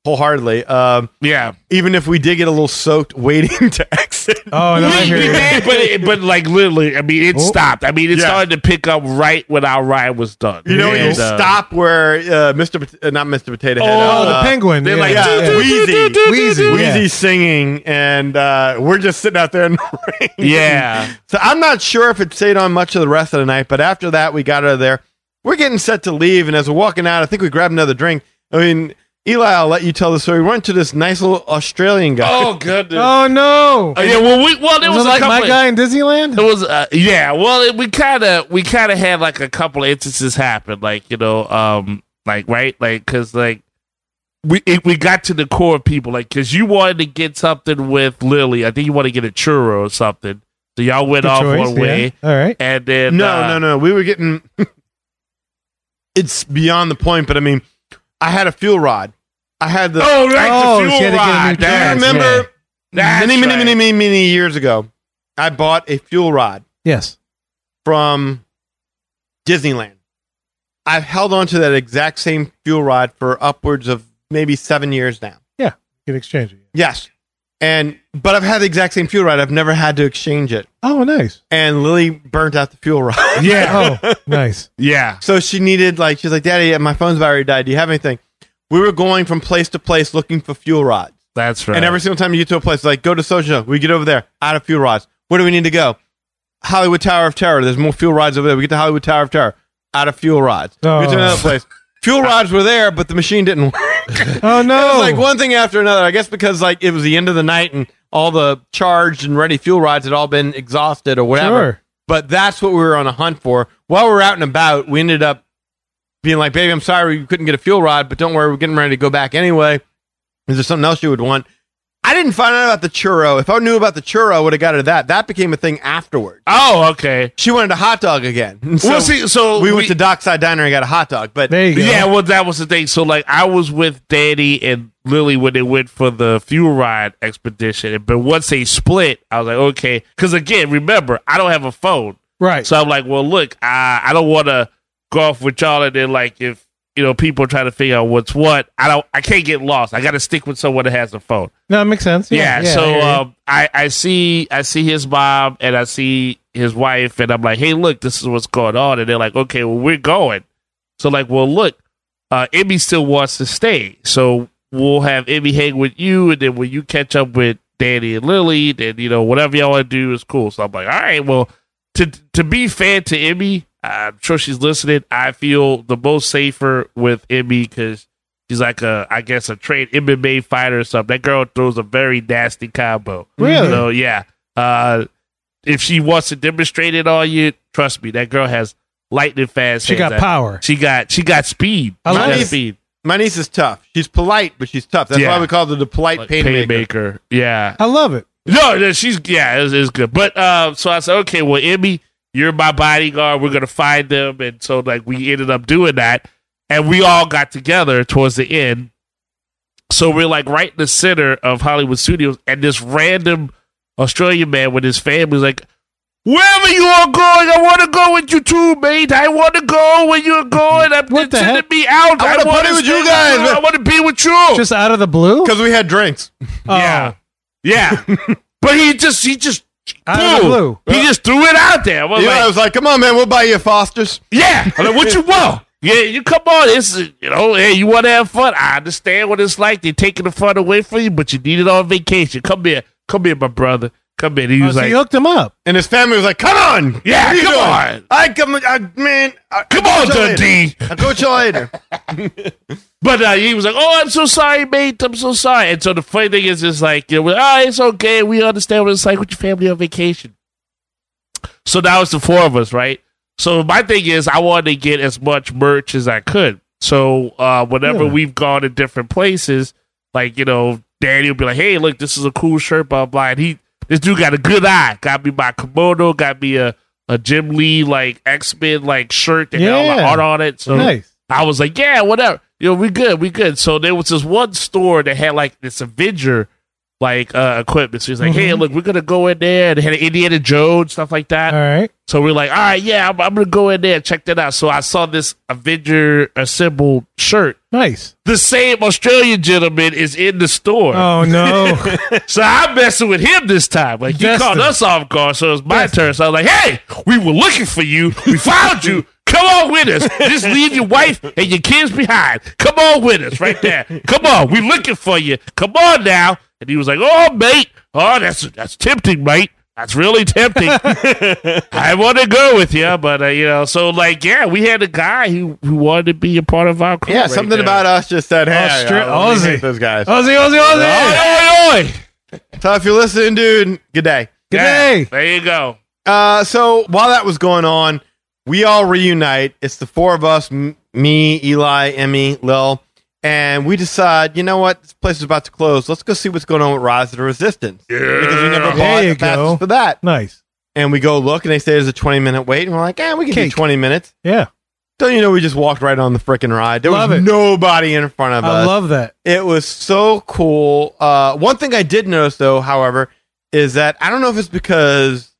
S3: wholeheartedly. Um,
S5: Yeah.
S3: even if we did get a little soaked (laughs) waiting to exit.
S2: Oh, no, I hear you.
S5: but it, but like literally, I mean, it
S2: Oh.
S5: stopped. I mean, it
S3: Yeah.
S5: started to pick up right when our ride was done.
S3: You know, when you
S5: And, uh,
S3: stop where uh, Mr. Pot- uh, not Mr. Potato Head.
S2: Oh,
S3: uh,
S2: the penguin.
S5: they're
S2: yeah,
S5: like,
S2: yeah,
S5: "Doo,
S2: yeah.
S5: doo, doo, doo, doo,
S2: Wheezy,
S5: doo, doo."
S2: yeah.
S3: Wheezy singing, and uh, we're just sitting out there in the (laughs) rain.
S5: Yeah.
S3: So I'm not sure if it stayed on much of the rest of the night, but after that, we got out of there. We're getting set to leave, and as we're walking out, I think we grabbed another drink. I mean, Eli, I'll let you tell the story. We went to this nice little Australian guy.
S5: Oh goodness.
S2: Oh no!
S5: Oh, yeah. Well, we well there
S2: Was
S5: was,
S2: it
S5: a
S2: like
S5: couple
S2: my
S5: of-
S2: guy in Disneyland?
S5: It was, uh, yeah. Well, it, we kind of we kind of had like a couple of instances happen, like you know, um, like right, like because like we it, we got to the core of people, like because you wanted to get something with Lily. I think you want to get a churro or something. So y'all went
S2: Good
S5: off
S2: choice,
S5: one way,
S2: yeah. All right.
S5: and
S3: (laughs)
S5: then
S3: No,
S5: uh,
S3: no, no. We were getting. (laughs) it's beyond the point, but I mean, I had a fuel rod. I had the.
S5: Oh right,
S2: Oh,
S5: the
S2: she had to get a
S5: fuel
S2: new
S5: rod.
S2: churro.
S3: I
S5: That's-
S2: Yeah.
S3: remember
S5: that's
S3: many, many,
S5: right.
S3: many, many, many years ago, I bought a fuel rod
S2: Yes.
S3: from Disneyland. I've held on to that exact same fuel rod for upwards of maybe seven years now.
S2: You can exchange it.
S3: Yes. And but I've had the exact same fuel rod. I've never had to exchange it.
S2: Oh,
S5: (laughs)
S2: nice.
S3: And Lily burnt out the fuel rod. (laughs)
S5: Yeah,
S2: Oh, nice.
S5: yeah.
S3: so she needed like she's like, Daddy, my phone's battery died. Do you have anything? We were going from place to place looking for fuel rods.
S5: That's right.
S3: And every single time you get to a place, like go to Sojourn, we get over there, out of fuel rods. Where do we need to go? Hollywood Tower of Terror. There's more fuel rods over there. We get to Hollywood Tower of Terror, out of fuel rods. We get
S2: Oh.
S3: to another place. Fuel rods were there, but the machine didn't work. it
S2: Oh no!
S3: was like one thing after another. I guess because like it was the end of the night and all the charged and ready fuel rods had all been exhausted or whatever.
S2: Sure.
S3: But that's what we were on a hunt for. While we were out and about, we ended up being like, baby, I'm sorry we couldn't get a fuel rod, but don't worry, we're getting ready to go back anyway. Is there something else you would want? I didn't find out about the churro. If I knew about the churro, I would have got her that. That became a thing afterward.
S5: oh, okay.
S3: She wanted a hot dog again. (laughs) And So
S5: well, see, so
S3: we, went to Dockside Diner and got a hot dog. But
S2: There you go.
S5: Yeah, well, that was the thing. So, like, I was with Danny and Lily when they went for the fuel ride expedition. But once they split, I was like, okay. Because, again, remember, I don't have a phone.
S2: Right.
S5: So I'm like, well, look, I, I don't want to go off with y'all. And then, like, if, you know, people try to figure out what's what, I don't, I can't get lost. I got to stick with someone that has a phone.
S2: no, it makes sense.
S5: Yeah.
S2: yeah,
S5: so
S2: yeah, yeah.
S5: um, I I see I see his mom and I see his wife and I'm like, hey, look, this is what's going on, and they're like, okay, well, we're going. So like, well, look, uh, Emmy still wants to stay, so we'll have Emmy hang with you, and then when you catch up with Danny and Lily, then you know whatever y'all want to do is cool. So I'm like, all right, well, to to be fair to Emmy, I'm sure she's listening. I feel the most safer with Emmy because She's like a, I guess a trained MMA fighter or something. That girl throws a very nasty combo.
S2: Really?
S5: So yeah. Uh, if she wants to demonstrate it on you, trust me, that girl has lightning fast.
S2: she
S5: hands.
S2: got power.
S5: She got she got speed.
S2: I
S5: She
S2: love
S5: got
S3: these-
S5: speed.
S3: my niece is tough. She's polite, but she's tough. That's
S5: Yeah.
S3: why we called her the polite
S5: Like,
S3: painmaker.
S5: Painmaker. Yeah.
S2: I love it.
S5: No, no, she's yeah, it's, it's good. But uh, so I said, okay, well, Emmy, you're my bodyguard. We're gonna find them, and so like we ended up doing that, and we all got together towards the end. So we're like right in the center of Hollywood Studios, and this random Australian man with his family's like, wherever you are going, I want to go with you too, mate. I want to go where you're going. I'm
S2: What the
S5: sending
S2: heck?
S5: me out.
S3: I wanna
S5: wanna
S3: party with you
S5: stay
S3: guys, man."
S5: I want to be with you.
S2: Just out of the blue.
S3: Because we had drinks.
S2: Oh,
S5: Yeah.
S2: (laughs)
S5: Yeah. but he just he just
S2: Out of the
S5: threw.
S2: blue.
S5: He just threw it out there. I was
S3: You know, I
S5: like,
S3: was like, come on, man, we'll buy you a Foster's.
S5: yeah. I'm like, what you want? Yeah, you come on. It's uh, you know, hey, you want to have fun. I understand what it's like. They're taking the fun away from you, but you need it on vacation. Come here, come here, my brother. Come here. And he
S2: Oh,
S5: was
S2: so
S5: like,
S2: you hooked him up.
S3: And his family was like, come on.
S5: Yeah,
S3: What are you
S5: come
S3: doing?
S5: on.
S3: I come, I, man. I,
S5: come
S3: I'll
S5: on,
S3: go later.
S5: Dundee.
S3: I'll go with you later.
S5: But uh, he was like, "Oh, I'm so sorry, mate. I'm so sorry." And so the funny thing is, is like, you know, ah, it's okay. We understand what it's like with your family on vacation. So now it's the four of us, right? So my thing is, I wanted to get as much merch as I could. So uh, whenever
S2: Yeah.
S5: we've gone to different places, like you know, Danny will be like, "Hey, look, this is a cool shirt, blah blah." And he, this dude got a good eye. Got me my kimono. Got me a a Jim Lee like X Men like shirt that had all my
S2: Yeah.
S5: art on it. So
S2: nice.
S5: I was like, yeah, whatever. You know, we good, we good. So there was this one store that had like this Avenger like uh, equipment. So he's like, hey, look, we're gonna go in there and had Indiana Jones stuff like that.
S2: Mm-hmm. All right.
S5: So we're like, all right, yeah, I'm, I'm gonna go in there and check that out. So I saw this Avenger assembled shirt.
S2: Nice.
S5: The same Australian gentleman is in the store.
S2: Oh
S5: (laughs)
S2: no.
S5: So I'm messing with him this time. Like you
S2: Destin.
S5: caught us off guard, so it's my turn. So I was like, "Hey, we were looking for you. We found you. Come on with us. Just leave your wife and your kids behind. Come on with us, right there. Come on, we looking for you. Come on now." And he was like, "Oh, mate. Oh, that's that's tempting, mate. That's really tempting. I want to go with you, but uh, you know, so like, yeah, we had a guy who, who wanted to be a part of our crew.
S3: Yeah,
S5: right
S3: something
S5: there.
S3: about us just said, hey,
S2: Austra-
S3: I really hate
S2: Aussie. Oh.
S3: those guys.
S2: Ozzy, Ozzy,
S5: Oh,
S2: Ozzy.
S5: Oi, oi, oi.
S3: So if you're listening, dude, good day.
S2: Good
S5: Yeah,
S2: day.
S5: There you go.
S3: Uh, so while that was going on, we all reunite. It's the four of us, m- me, Eli, Emmy, Lil, and we decide, you know what, this place is about to close. Let's go see what's going on with Rise of the Resistance. Yeah. Because we never
S2: There
S3: bought
S2: you
S3: the
S2: go.
S3: passes for that.
S2: Nice.
S3: And we go look, and they say there's a 20 minute wait, and we're like, eh, we can
S2: Cake.
S3: do 20 minutes.
S2: Yeah.
S3: Don't you know we just walked right on the freaking ride? There
S2: Love
S3: was
S2: it.
S3: nobody in front of
S2: I
S3: us.
S2: love that.
S3: It was so cool. Uh, one thing I did notice, though, however, is that I don't know if it's because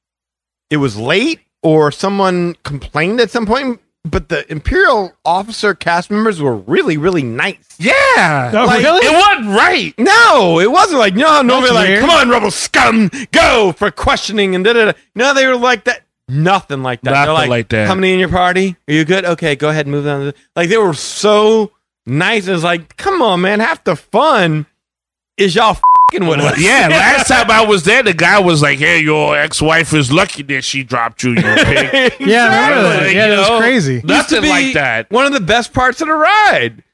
S3: it was late or someone complained at some point, but the Imperial officer cast members were really, really nice.
S5: Yeah.
S2: Oh,
S3: Like,
S2: really?
S5: It wasn't right.
S3: No, it wasn't like, no, no,
S2: That's
S3: they're like,
S2: weird.
S3: come on, rebel scum, go for questioning and da da da. No, they were like that. Nothing like that. They're
S5: Nothing like that.
S3: How many in your party? Are you good? Okay, go ahead and move on. Like they were so nice. It's like, come on, man, half the fun is y'all fing with us. (laughs)
S5: yeah, last time I was there, the guy was like, "Hey, your ex-wife is lucky that she dropped you, you pig."
S2: Yeah, I remember that.
S5: Like,
S2: Yeah,
S5: you
S2: that was
S5: know,
S2: crazy.
S3: Used to
S5: Nothing
S3: be
S5: like that.
S3: One of the best parts of the ride.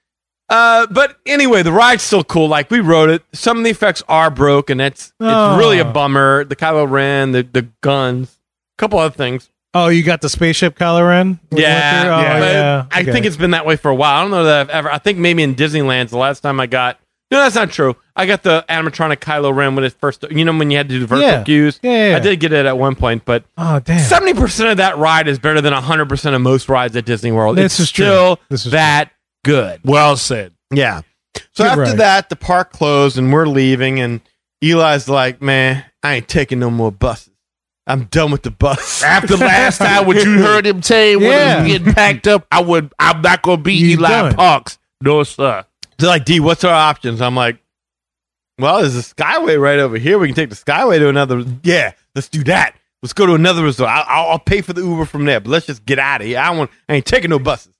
S3: Uh, but anyway, the ride's still cool. Like we rode it. Some of the effects are broke, and it's
S2: Oh.
S3: it's really a bummer. The Kylo Ren, the the guns, a couple other things.
S2: Oh, you got the spaceship Kylo Ren? We went
S3: Yeah,
S2: through? Oh,
S3: but
S2: yeah.
S3: I
S2: Okay.
S3: think it's been that way for a while. I don't know that I've ever. I think maybe in Disneyland's the last time I got. No, that's not true. I got the animatronic Kylo Ren when it first. You know when you had to do the vertical
S2: Yeah.
S3: cues.
S2: Yeah, yeah, yeah.
S3: I did get it at one point, but
S2: Oh damn.
S3: Seventy percent of that ride is better than hundred percent of most rides at Disney World.
S2: This
S3: it's
S2: is true.
S3: still
S2: This is
S3: that good.
S5: well said.
S3: Yeah. So
S2: Good
S3: after
S2: ride.
S3: that, the park closed and we're leaving, and Eli's like, "Man, I ain't taking no more buses. I'm done with the bus." (laughs)
S5: After last time, what you heard him say when
S2: Yeah.
S5: it was getting packed up, I would. I'm not gonna be
S2: You
S5: Eli
S2: done.
S5: Parks. No sir.
S3: They're like, "D, what's our options?" I'm like, "Well, there's a Skyway right over here. We can take the Skyway to another. Yeah, let's do that. Let's go to another resort. I'll, I'll, I'll pay for the Uber from there, but let's just get out of here. I don't want. I ain't taking no buses."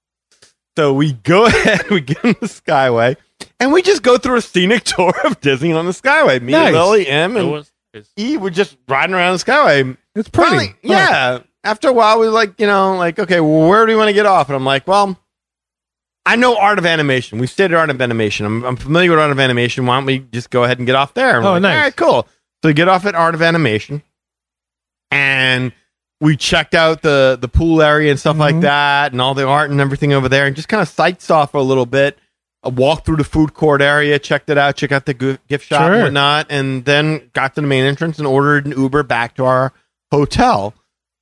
S3: So we go (laughs) ahead, we get on the Skyway, and we just go through a scenic (laughs) tour of Disney on the Skyway. Me,
S2: Nice.
S3: Lily, M,
S5: It
S3: and
S5: was- it's-
S3: E were just riding around the Skyway.
S2: it's pretty.
S3: Finally, yeah. After a while, we were like, you know, like, okay, well, where do we want to get off? And I'm like, well, I know Art of Animation. We've stayed at Art of Animation. I'm, I'm familiar with Art of Animation. Why don't we just go ahead and get off there? And we're
S2: Oh,
S3: like,
S2: nice.
S3: All right, cool. So we get off at Art of Animation, and we checked out the the pool area and stuff like
S2: Mhm.
S3: that, and all the art and everything over there, and just kind of sight saw for a little bit. I walked through the food court area, checked it out, checked out the gu- gift shop and
S2: Sure.
S3: whatnot, and then got to the main entrance and ordered an Uber back to our hotel.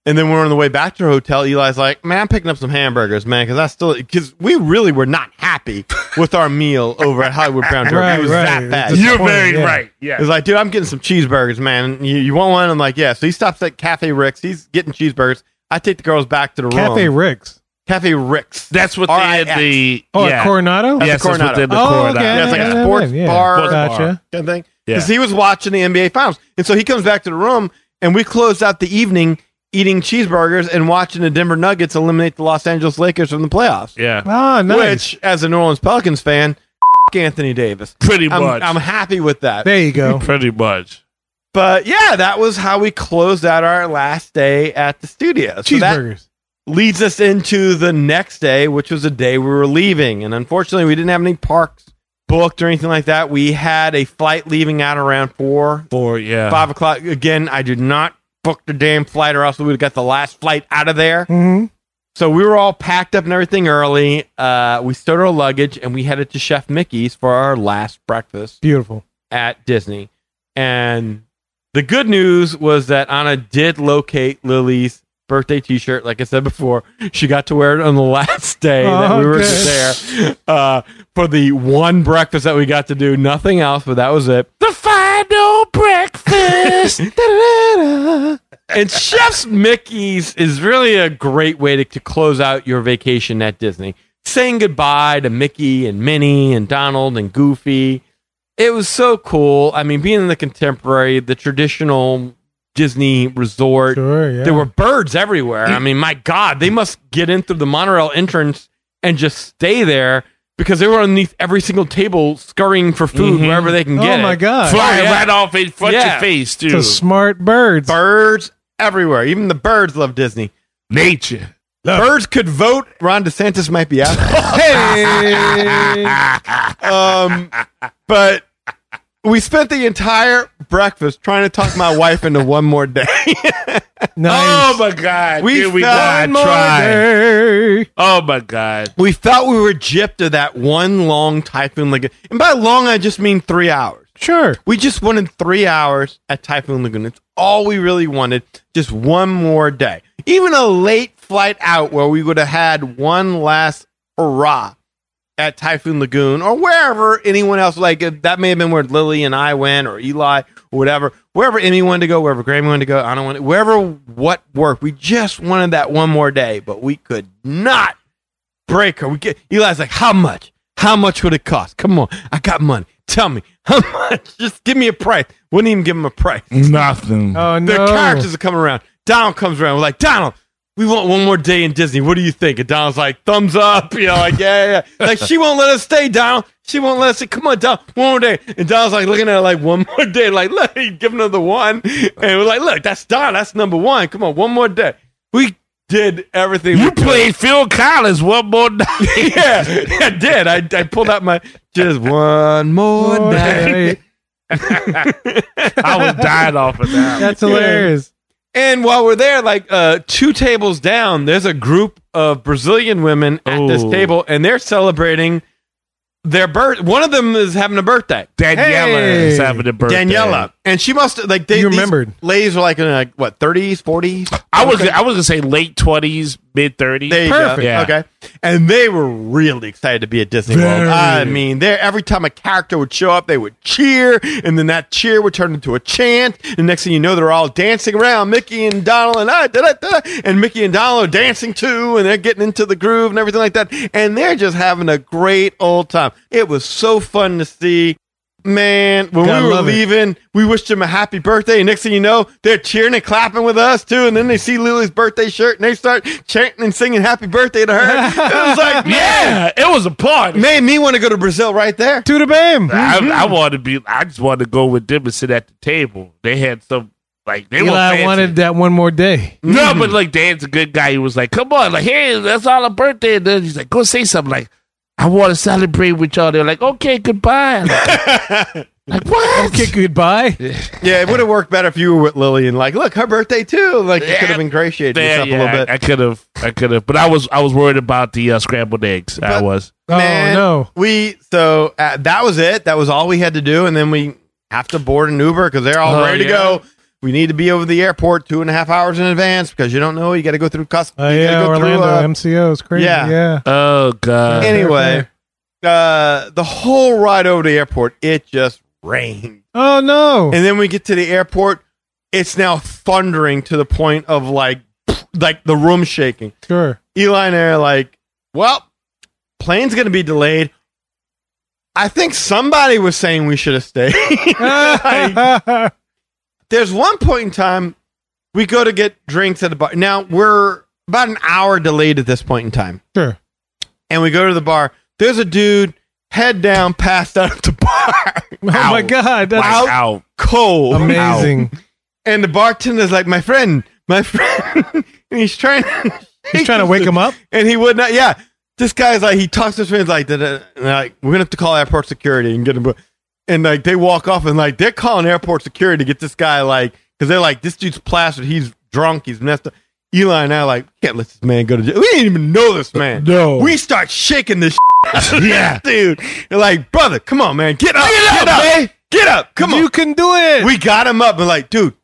S3: And then we're on the way back to the hotel. Eli's like, "Man, I'm picking up some hamburgers, man, because I still because we really were not happy with our meal over at Hollywood Brown Derby.
S2: Right,
S3: it was
S2: right.
S3: that bad.
S2: It's
S3: He's
S5: You're
S2: disappointing,
S5: very
S2: yeah.
S5: right. Yeah.
S3: like, dude, I'm getting some cheeseburgers, man. You, you want one? I'm like, yeah. So he stops at Cafe Rick's. He's getting cheeseburgers. I take the girls back to the
S2: Cafe
S3: room.
S2: Ricks.
S3: Cafe Rick's.
S5: That's what they had
S3: RIX.
S5: the.
S2: Oh,
S5: yeah.
S2: at Coronado.
S5: Yes, that's
S3: Coronado.
S5: what they had the
S2: Oh,
S5: Coronado.
S2: okay.
S3: Yeah, it's like
S2: Yeah,
S3: a
S2: yeah,
S3: sports
S2: yeah.
S3: bar,
S2: Sports bar. Gotcha.
S3: kind of thing.
S5: Yeah.
S3: Because he was watching the NBA finals, and so he comes back to the room, and we closed out the evening eating cheeseburgers and watching the Denver Nuggets eliminate the Los Angeles Lakers from the playoffs.
S5: Yeah.
S2: Ah, nice.
S3: Which, as a New Orleans Pelicans fan, Anthony Davis.
S5: Pretty
S3: I'm,
S5: much.
S3: I'm happy with that.
S2: there you
S3: (laughs)
S2: go.
S5: Pretty much.
S3: But yeah, that was how we closed out our last day at the studio. So that-
S2: Cheeseburgers.
S3: leads us into the next day, which was the day we were leaving. And unfortunately, we didn't have any parks booked or anything like that. We had a flight leaving out around four,
S5: Or yeah.
S3: five o'clock. Again, I did not book the damn flight, or else we would have got the last flight out of there.
S2: hmm
S3: So we were all packed up and everything early. Uh, we stowed our luggage and we headed to Chef Mickey's for our last breakfast
S2: Beautiful.
S3: at Disney. And the good news was that Anna did locate Lily's birthday T-shirt. Like I said before, she got to wear it on the (laughs) last day that we were
S2: Okay.
S3: there uh, for the one breakfast that we got to do. Nothing else, but that was it.
S5: The final breakfast.
S3: and Chef's Mickey's is really a great way to, to close out your vacation at Disney. Saying goodbye to Mickey and Minnie and Donald and Goofy. It was so cool. I mean, being in the contemporary, the traditional Disney resort,
S2: Sure, yeah.
S3: there were birds everywhere. I mean, my God, they must get in through the monorail entrance and just stay there because they were underneath every single table scurrying for food wherever they can get
S2: oh
S3: it.
S2: my god.
S5: Flying
S3: Yeah.
S5: right off in front of
S3: Yeah.
S5: your face, dude.
S2: To smart birds.
S3: Birds everywhere. Even the birds love Disney.
S5: Nature.
S3: Birds could vote. Ron DeSantis might
S2: (laughs)
S3: be out. hey. um, but we spent the entire breakfast trying to talk my wife into one more day.
S5: Oh
S2: Nice.
S3: Oh,
S5: my God.
S3: We
S5: Here we
S3: fell
S5: go.
S3: in love.
S5: Try.
S2: Hey.
S5: Oh my God.
S3: we felt we were gypped of that one long Typhoon Lagoon. And by long, I just mean three hours.
S2: Sure.
S3: We just wanted three hours at Typhoon Lagoon. It's all we really wanted. Just one more day. Even a late flight out where we would have had one last hurrah at Typhoon Lagoon or wherever anyone else, like uh, that may have been where Lily and I went or Eli or whatever, wherever Emmy wanted to go, wherever Grammy wanted to go, I don't want to, wherever what worked. We just wanted that one more day, but we could not break her. We get Eli's like, how much? How much would it cost? Come on, I got money. Tell me (laughs) how much. Just give me a price. Wouldn't even give him a price.
S5: Nothing.
S2: Oh no.
S3: The characters are coming around. Donald comes around. We're like, Donald, we want one more day in Disney. What do you think? And Donald's like, thumbs up. (laughs) You know, like, yeah, yeah, yeah. Like, she won't let us stay, Donald. She won't let us stay. Come on, Donald, one more day. And Donald's like, looking at her like, one more day. Like, look, he give another one. And we're like, look, that's Donald. That's number one. Come on, one more day. We did everything. we
S5: You
S3: could.
S5: played Phil Collins one more night.
S3: (laughs) yeah, I did. I, I pulled out my just one more
S2: Oh,
S3: night.
S2: hey.
S3: (laughs)
S5: I was dying off of that.
S2: That's hilarious.
S3: And while we're there, like uh, two tables down, there's a group of Brazilian women at this
S5: Ooh.
S3: table, and they're celebrating their birth. One of them is having a birthday.
S5: Daniela is
S2: Hey.
S5: having a birthday.
S3: Daniela, and she must like they
S2: You
S3: these
S2: remembered.
S3: Ladies were like in like what thirties, forties.
S5: I was I was gonna say late twenties, mid
S3: There
S5: thirties.
S3: you
S2: Perfect.
S3: go.
S5: Yeah.
S3: Okay. And they were really excited to be at Disney World.
S2: Very.
S3: I mean, there every time a character would show up, they would cheer, and then that cheer would turn into a chant. And next thing you know, they're all dancing around Mickey and Donald and I, da, da, da, and Mickey and Donald are dancing too, and they're getting into the groove and everything like that. And they're just having a great old time. It was so fun to see. Man, when
S2: Gotta
S3: we were
S2: love it.
S3: leaving, we wished him a happy birthday. And next thing you know, they're cheering and clapping with us too. And then they see Lily's birthday shirt and they start chanting and singing happy birthday to her. it was like, man,
S5: Yeah, it was a party.
S3: made me want to go to Brazil right there.
S2: To the bam.
S5: I, I wanted to be. I just wanted to go with them and sit at the table. They had some like they were
S2: Eli
S5: fancy.
S2: wanted that one more day.
S5: No,
S3: Mm-hmm.
S5: but like Dan's a good guy. He was like, "Come on, like hey, that's all a birthday." And then he's like, "Go say something." Like, I want to celebrate with y'all. They're like, "Okay, goodbye." Like,
S3: (laughs)
S5: like, what?
S2: Okay, goodbye.
S3: Yeah, it would have worked better if you were with Lily and like, look, her birthday too. Like, you
S5: Yeah.
S3: could have ingratiated
S5: Yeah,
S3: yourself
S5: yeah,
S3: a little bit.
S5: I could have, I could have, but I was, I was worried about the uh, scrambled eggs. I
S3: But-
S5: was.
S2: Oh, no.
S3: We, so uh, that was it. That was all we had to do. And then we have to board an Uber because they're all
S5: Oh,
S3: ready
S5: yeah.
S3: to go. We need to be over the airport two and a half hours in advance because you don't know. You got to go through customs.
S2: Uh, yeah, Orlando
S3: uh,
S2: MCO is crazy.
S3: yeah.
S2: Yeah.
S5: Oh god.
S3: anyway, uh, the whole ride over to the airport, it just rained.
S2: Oh no.
S3: And then we get to the airport, it's now thundering to the point of like, like the room shaking. (laughs)
S2: sure.
S3: Eli and I are like, well, plane's going to be delayed. I think somebody was saying we should have stayed. (laughs) Like, there's one point in time we go to get drinks at the bar. Now we're about an hour delayed at this point in time.
S2: (laughs) sure.
S3: and we go to the bar. There's a dude head down, passed out at the bar,
S2: (laughs) Oh my god. That's
S5: Like, (laughs) ow.
S3: cold.
S2: amazing.
S3: And the bartender's like, "My friend, my friend," (laughs) and he's trying.
S2: (laughs) He's trying to wake him
S3: (laughs)
S2: up.
S3: and he would not. Yeah, this guy's like, he talks to his friends like, "Da-da," and they're like, we're gonna have to call airport security and get him. And like, they walk off and like, they're calling airport security to get this guy like, because they're like, this dude's plastered, he's drunk, he's messed up. Eli and I like can't let this man go to jail. We didn't even know this man.
S2: No.
S3: we start shaking this (laughs)
S5: (laughs)
S3: yeah, dude. They're like, brother, come on, man, get up, get up, man. get up, come on.
S2: You can do it.
S3: We got him up and like, dude,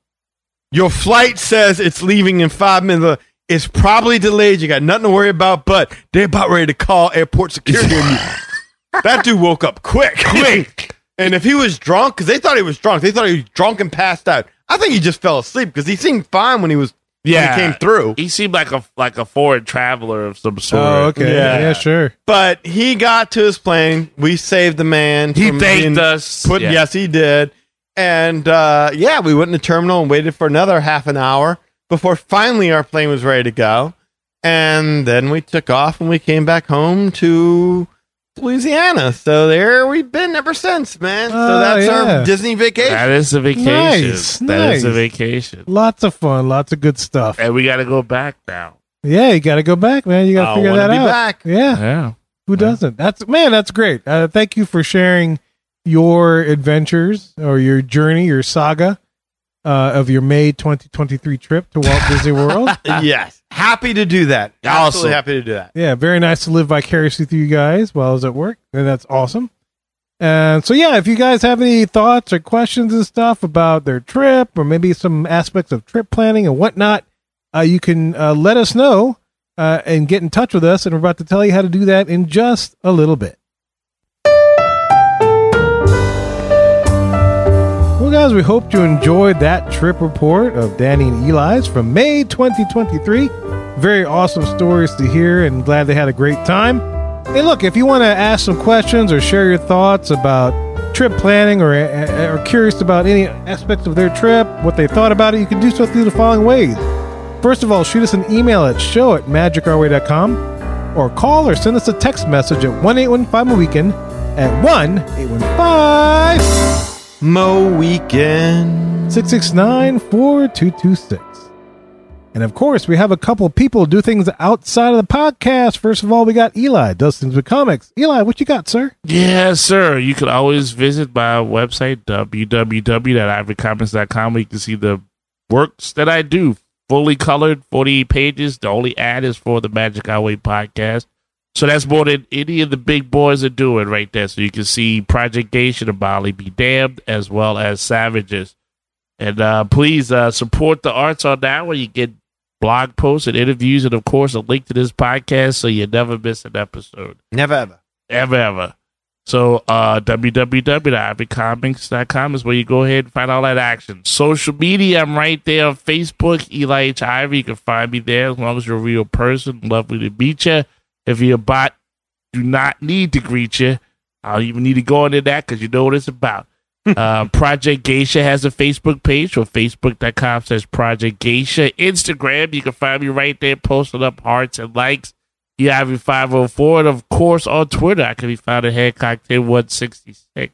S3: your flight says it's leaving in five minutes. It's probably delayed. You got nothing to worry about, but they're about ready to call airport security on you. That dude woke up quick, quick. And if he was drunk, because they thought he was drunk, they thought he was drunk and passed out. I think he just fell asleep because he seemed fine when he was.
S5: Yeah.
S3: when he came through.
S5: He seemed like a like a foreign traveler of some sort.
S2: Oh, okay. Yeah,
S3: Yeah.
S2: sure.
S3: But he got to his plane. We saved the man.
S5: He
S3: from
S5: thanked
S3: being
S5: us.
S3: Put,
S5: Yeah.
S3: Yes, he did. And uh, yeah, we went in the terminal and waited for another half an hour before finally our plane was ready to go. And then we took off and we came back home to Louisiana. So there we've been ever since, man.
S2: Oh,
S3: so that's
S2: yeah.
S3: our Disney vacation.
S5: That is a vacation. That
S2: Nice, nice.
S5: is a vacation.
S2: Lots of fun. Lots of good stuff.
S5: And we got to go back now.
S2: Yeah, you got to go back, man. You got to
S3: I
S2: figure
S3: wanna
S2: that
S3: be
S2: out.
S3: back.
S2: Yeah.
S5: Yeah.
S2: Who doesn't? That's man. That's great. Uh, thank you for sharing your adventures or your journey, your saga uh, of your May 2023 trip to Walt Disney World.
S3: yes. Happy to do that. Absolutely
S5: Awesome.
S3: happy to do that.
S2: yeah, very nice to live vicariously through you guys while I was at work, and that's awesome. And so, yeah, if you guys have any thoughts or questions and stuff about their trip, or maybe some aspects of trip planning and whatnot, uh, you can uh, let us know uh, and get in touch with us. And we're about to tell you how to do that in just a little bit. Well, guys, we hope you enjoyed that trip report of Danny and Eli's from May 2023. Very awesome stories to hear, and glad they had a great time. Hey, look, if you want to ask some questions or share your thoughts about trip planning or uh, or curious about any aspects of their trip, what they thought about it, you can do so through the following ways. First of all, shoot us an email at show at magicourway.com or call or send us a text message at 1 815 weekend at 1 815
S3: Mo weekend.
S2: 669 4226. And of course, we have a couple people do things outside of the podcast. First of all, we got Eli, does things with comics. Eli, what you got, sir?
S5: Yeah, sir. You can always visit my website, www.ivycomics.com, where you can see the works that I do. Fully colored, 48 pages. The only ad is for the Magic Highway podcast. So that's more than any of the big boys are doing right there. So you can see Project Nation and Molly Be Damned, as well as Savages. And uh, please uh, support the arts on that where you get blog posts and interviews, and of course, a link to this podcast so you never miss an episode
S3: Never ever.
S5: ever ever. So uh www.ivycomics.com is where you go ahead and find all that action. Social media, I'm right there on Facebook, Eli H. Ivy. You can find me there as long as you're a real person. Lovely to meet you. If you're a bot, do not need to greet you. I don't even need to go into that because you know what it's about. uh, Project Geisha has a Facebook page, so facebook.com slash Project Geisha. Instagram, you can find me right there posting up hearts and likes. EIV504, and of course on Twitter, I can be found at Hancock10166.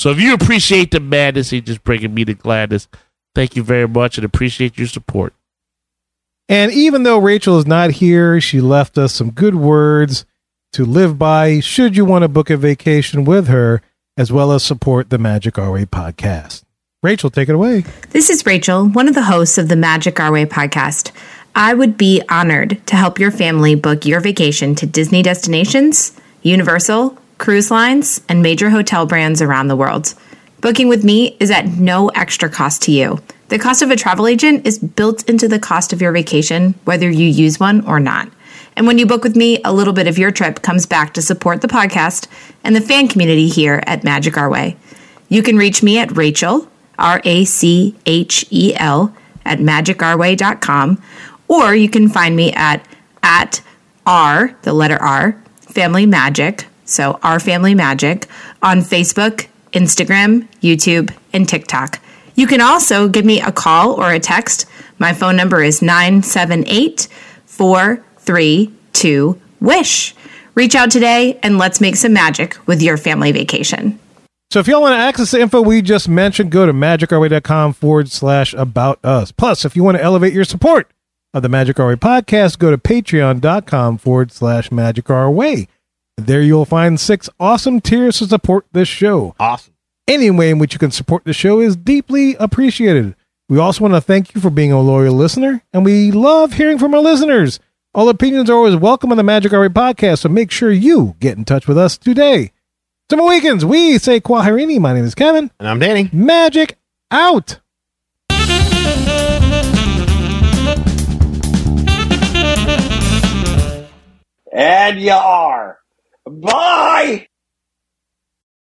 S5: So if you appreciate the madness and just bringing me to gladness, thank you very much and appreciate your support.
S2: And even though Rachel is not here, she left us some good words to live by should you want to book a vacation with her, as well as support the Magic Our Way podcast. Rachel, take it away.
S9: This is Rachel, one of the hosts of the Magic Our Way podcast. I would be honored to help your family book your vacation to Disney destinations, Universal, cruise lines, and major hotel brands around the world. Booking with me is at no extra cost to you. The cost of a travel agent is built into the cost of your vacation, whether you use one or not. And when you book with me, a little bit of your trip comes back to support the podcast and the fan community here at Magic Our Way. You can reach me at Rachel, R A C H E L, at magicourway.com, or you can find me at at R, the letter R, Family Magic, so Our Family Magic, on Facebook, Instagram, YouTube, and TikTok. You can also give me a call or a text. My phone number is 978 432 WISH. Reach out today and let's make some magic with your family vacation.
S2: So if y'all want to access the info we just mentioned, go to magicourway.com forward slash about us. Plus, if you want to elevate your support of the Magic Our Way podcast, go to patreon.com forward slash magic our way. There you'll find six awesome tiers to support this show.
S3: Awesome.
S2: Any way in which you can support the show is deeply appreciated. We also want to thank you for being a loyal listener, and we love hearing from our listeners. All opinions are always welcome on the Magic Hour podcast, so make sure you get in touch with us today. To my weekends, we say Quahirini. My name is Kevin.
S3: And I'm Danny.
S2: Magic out.
S10: And you are. Bye!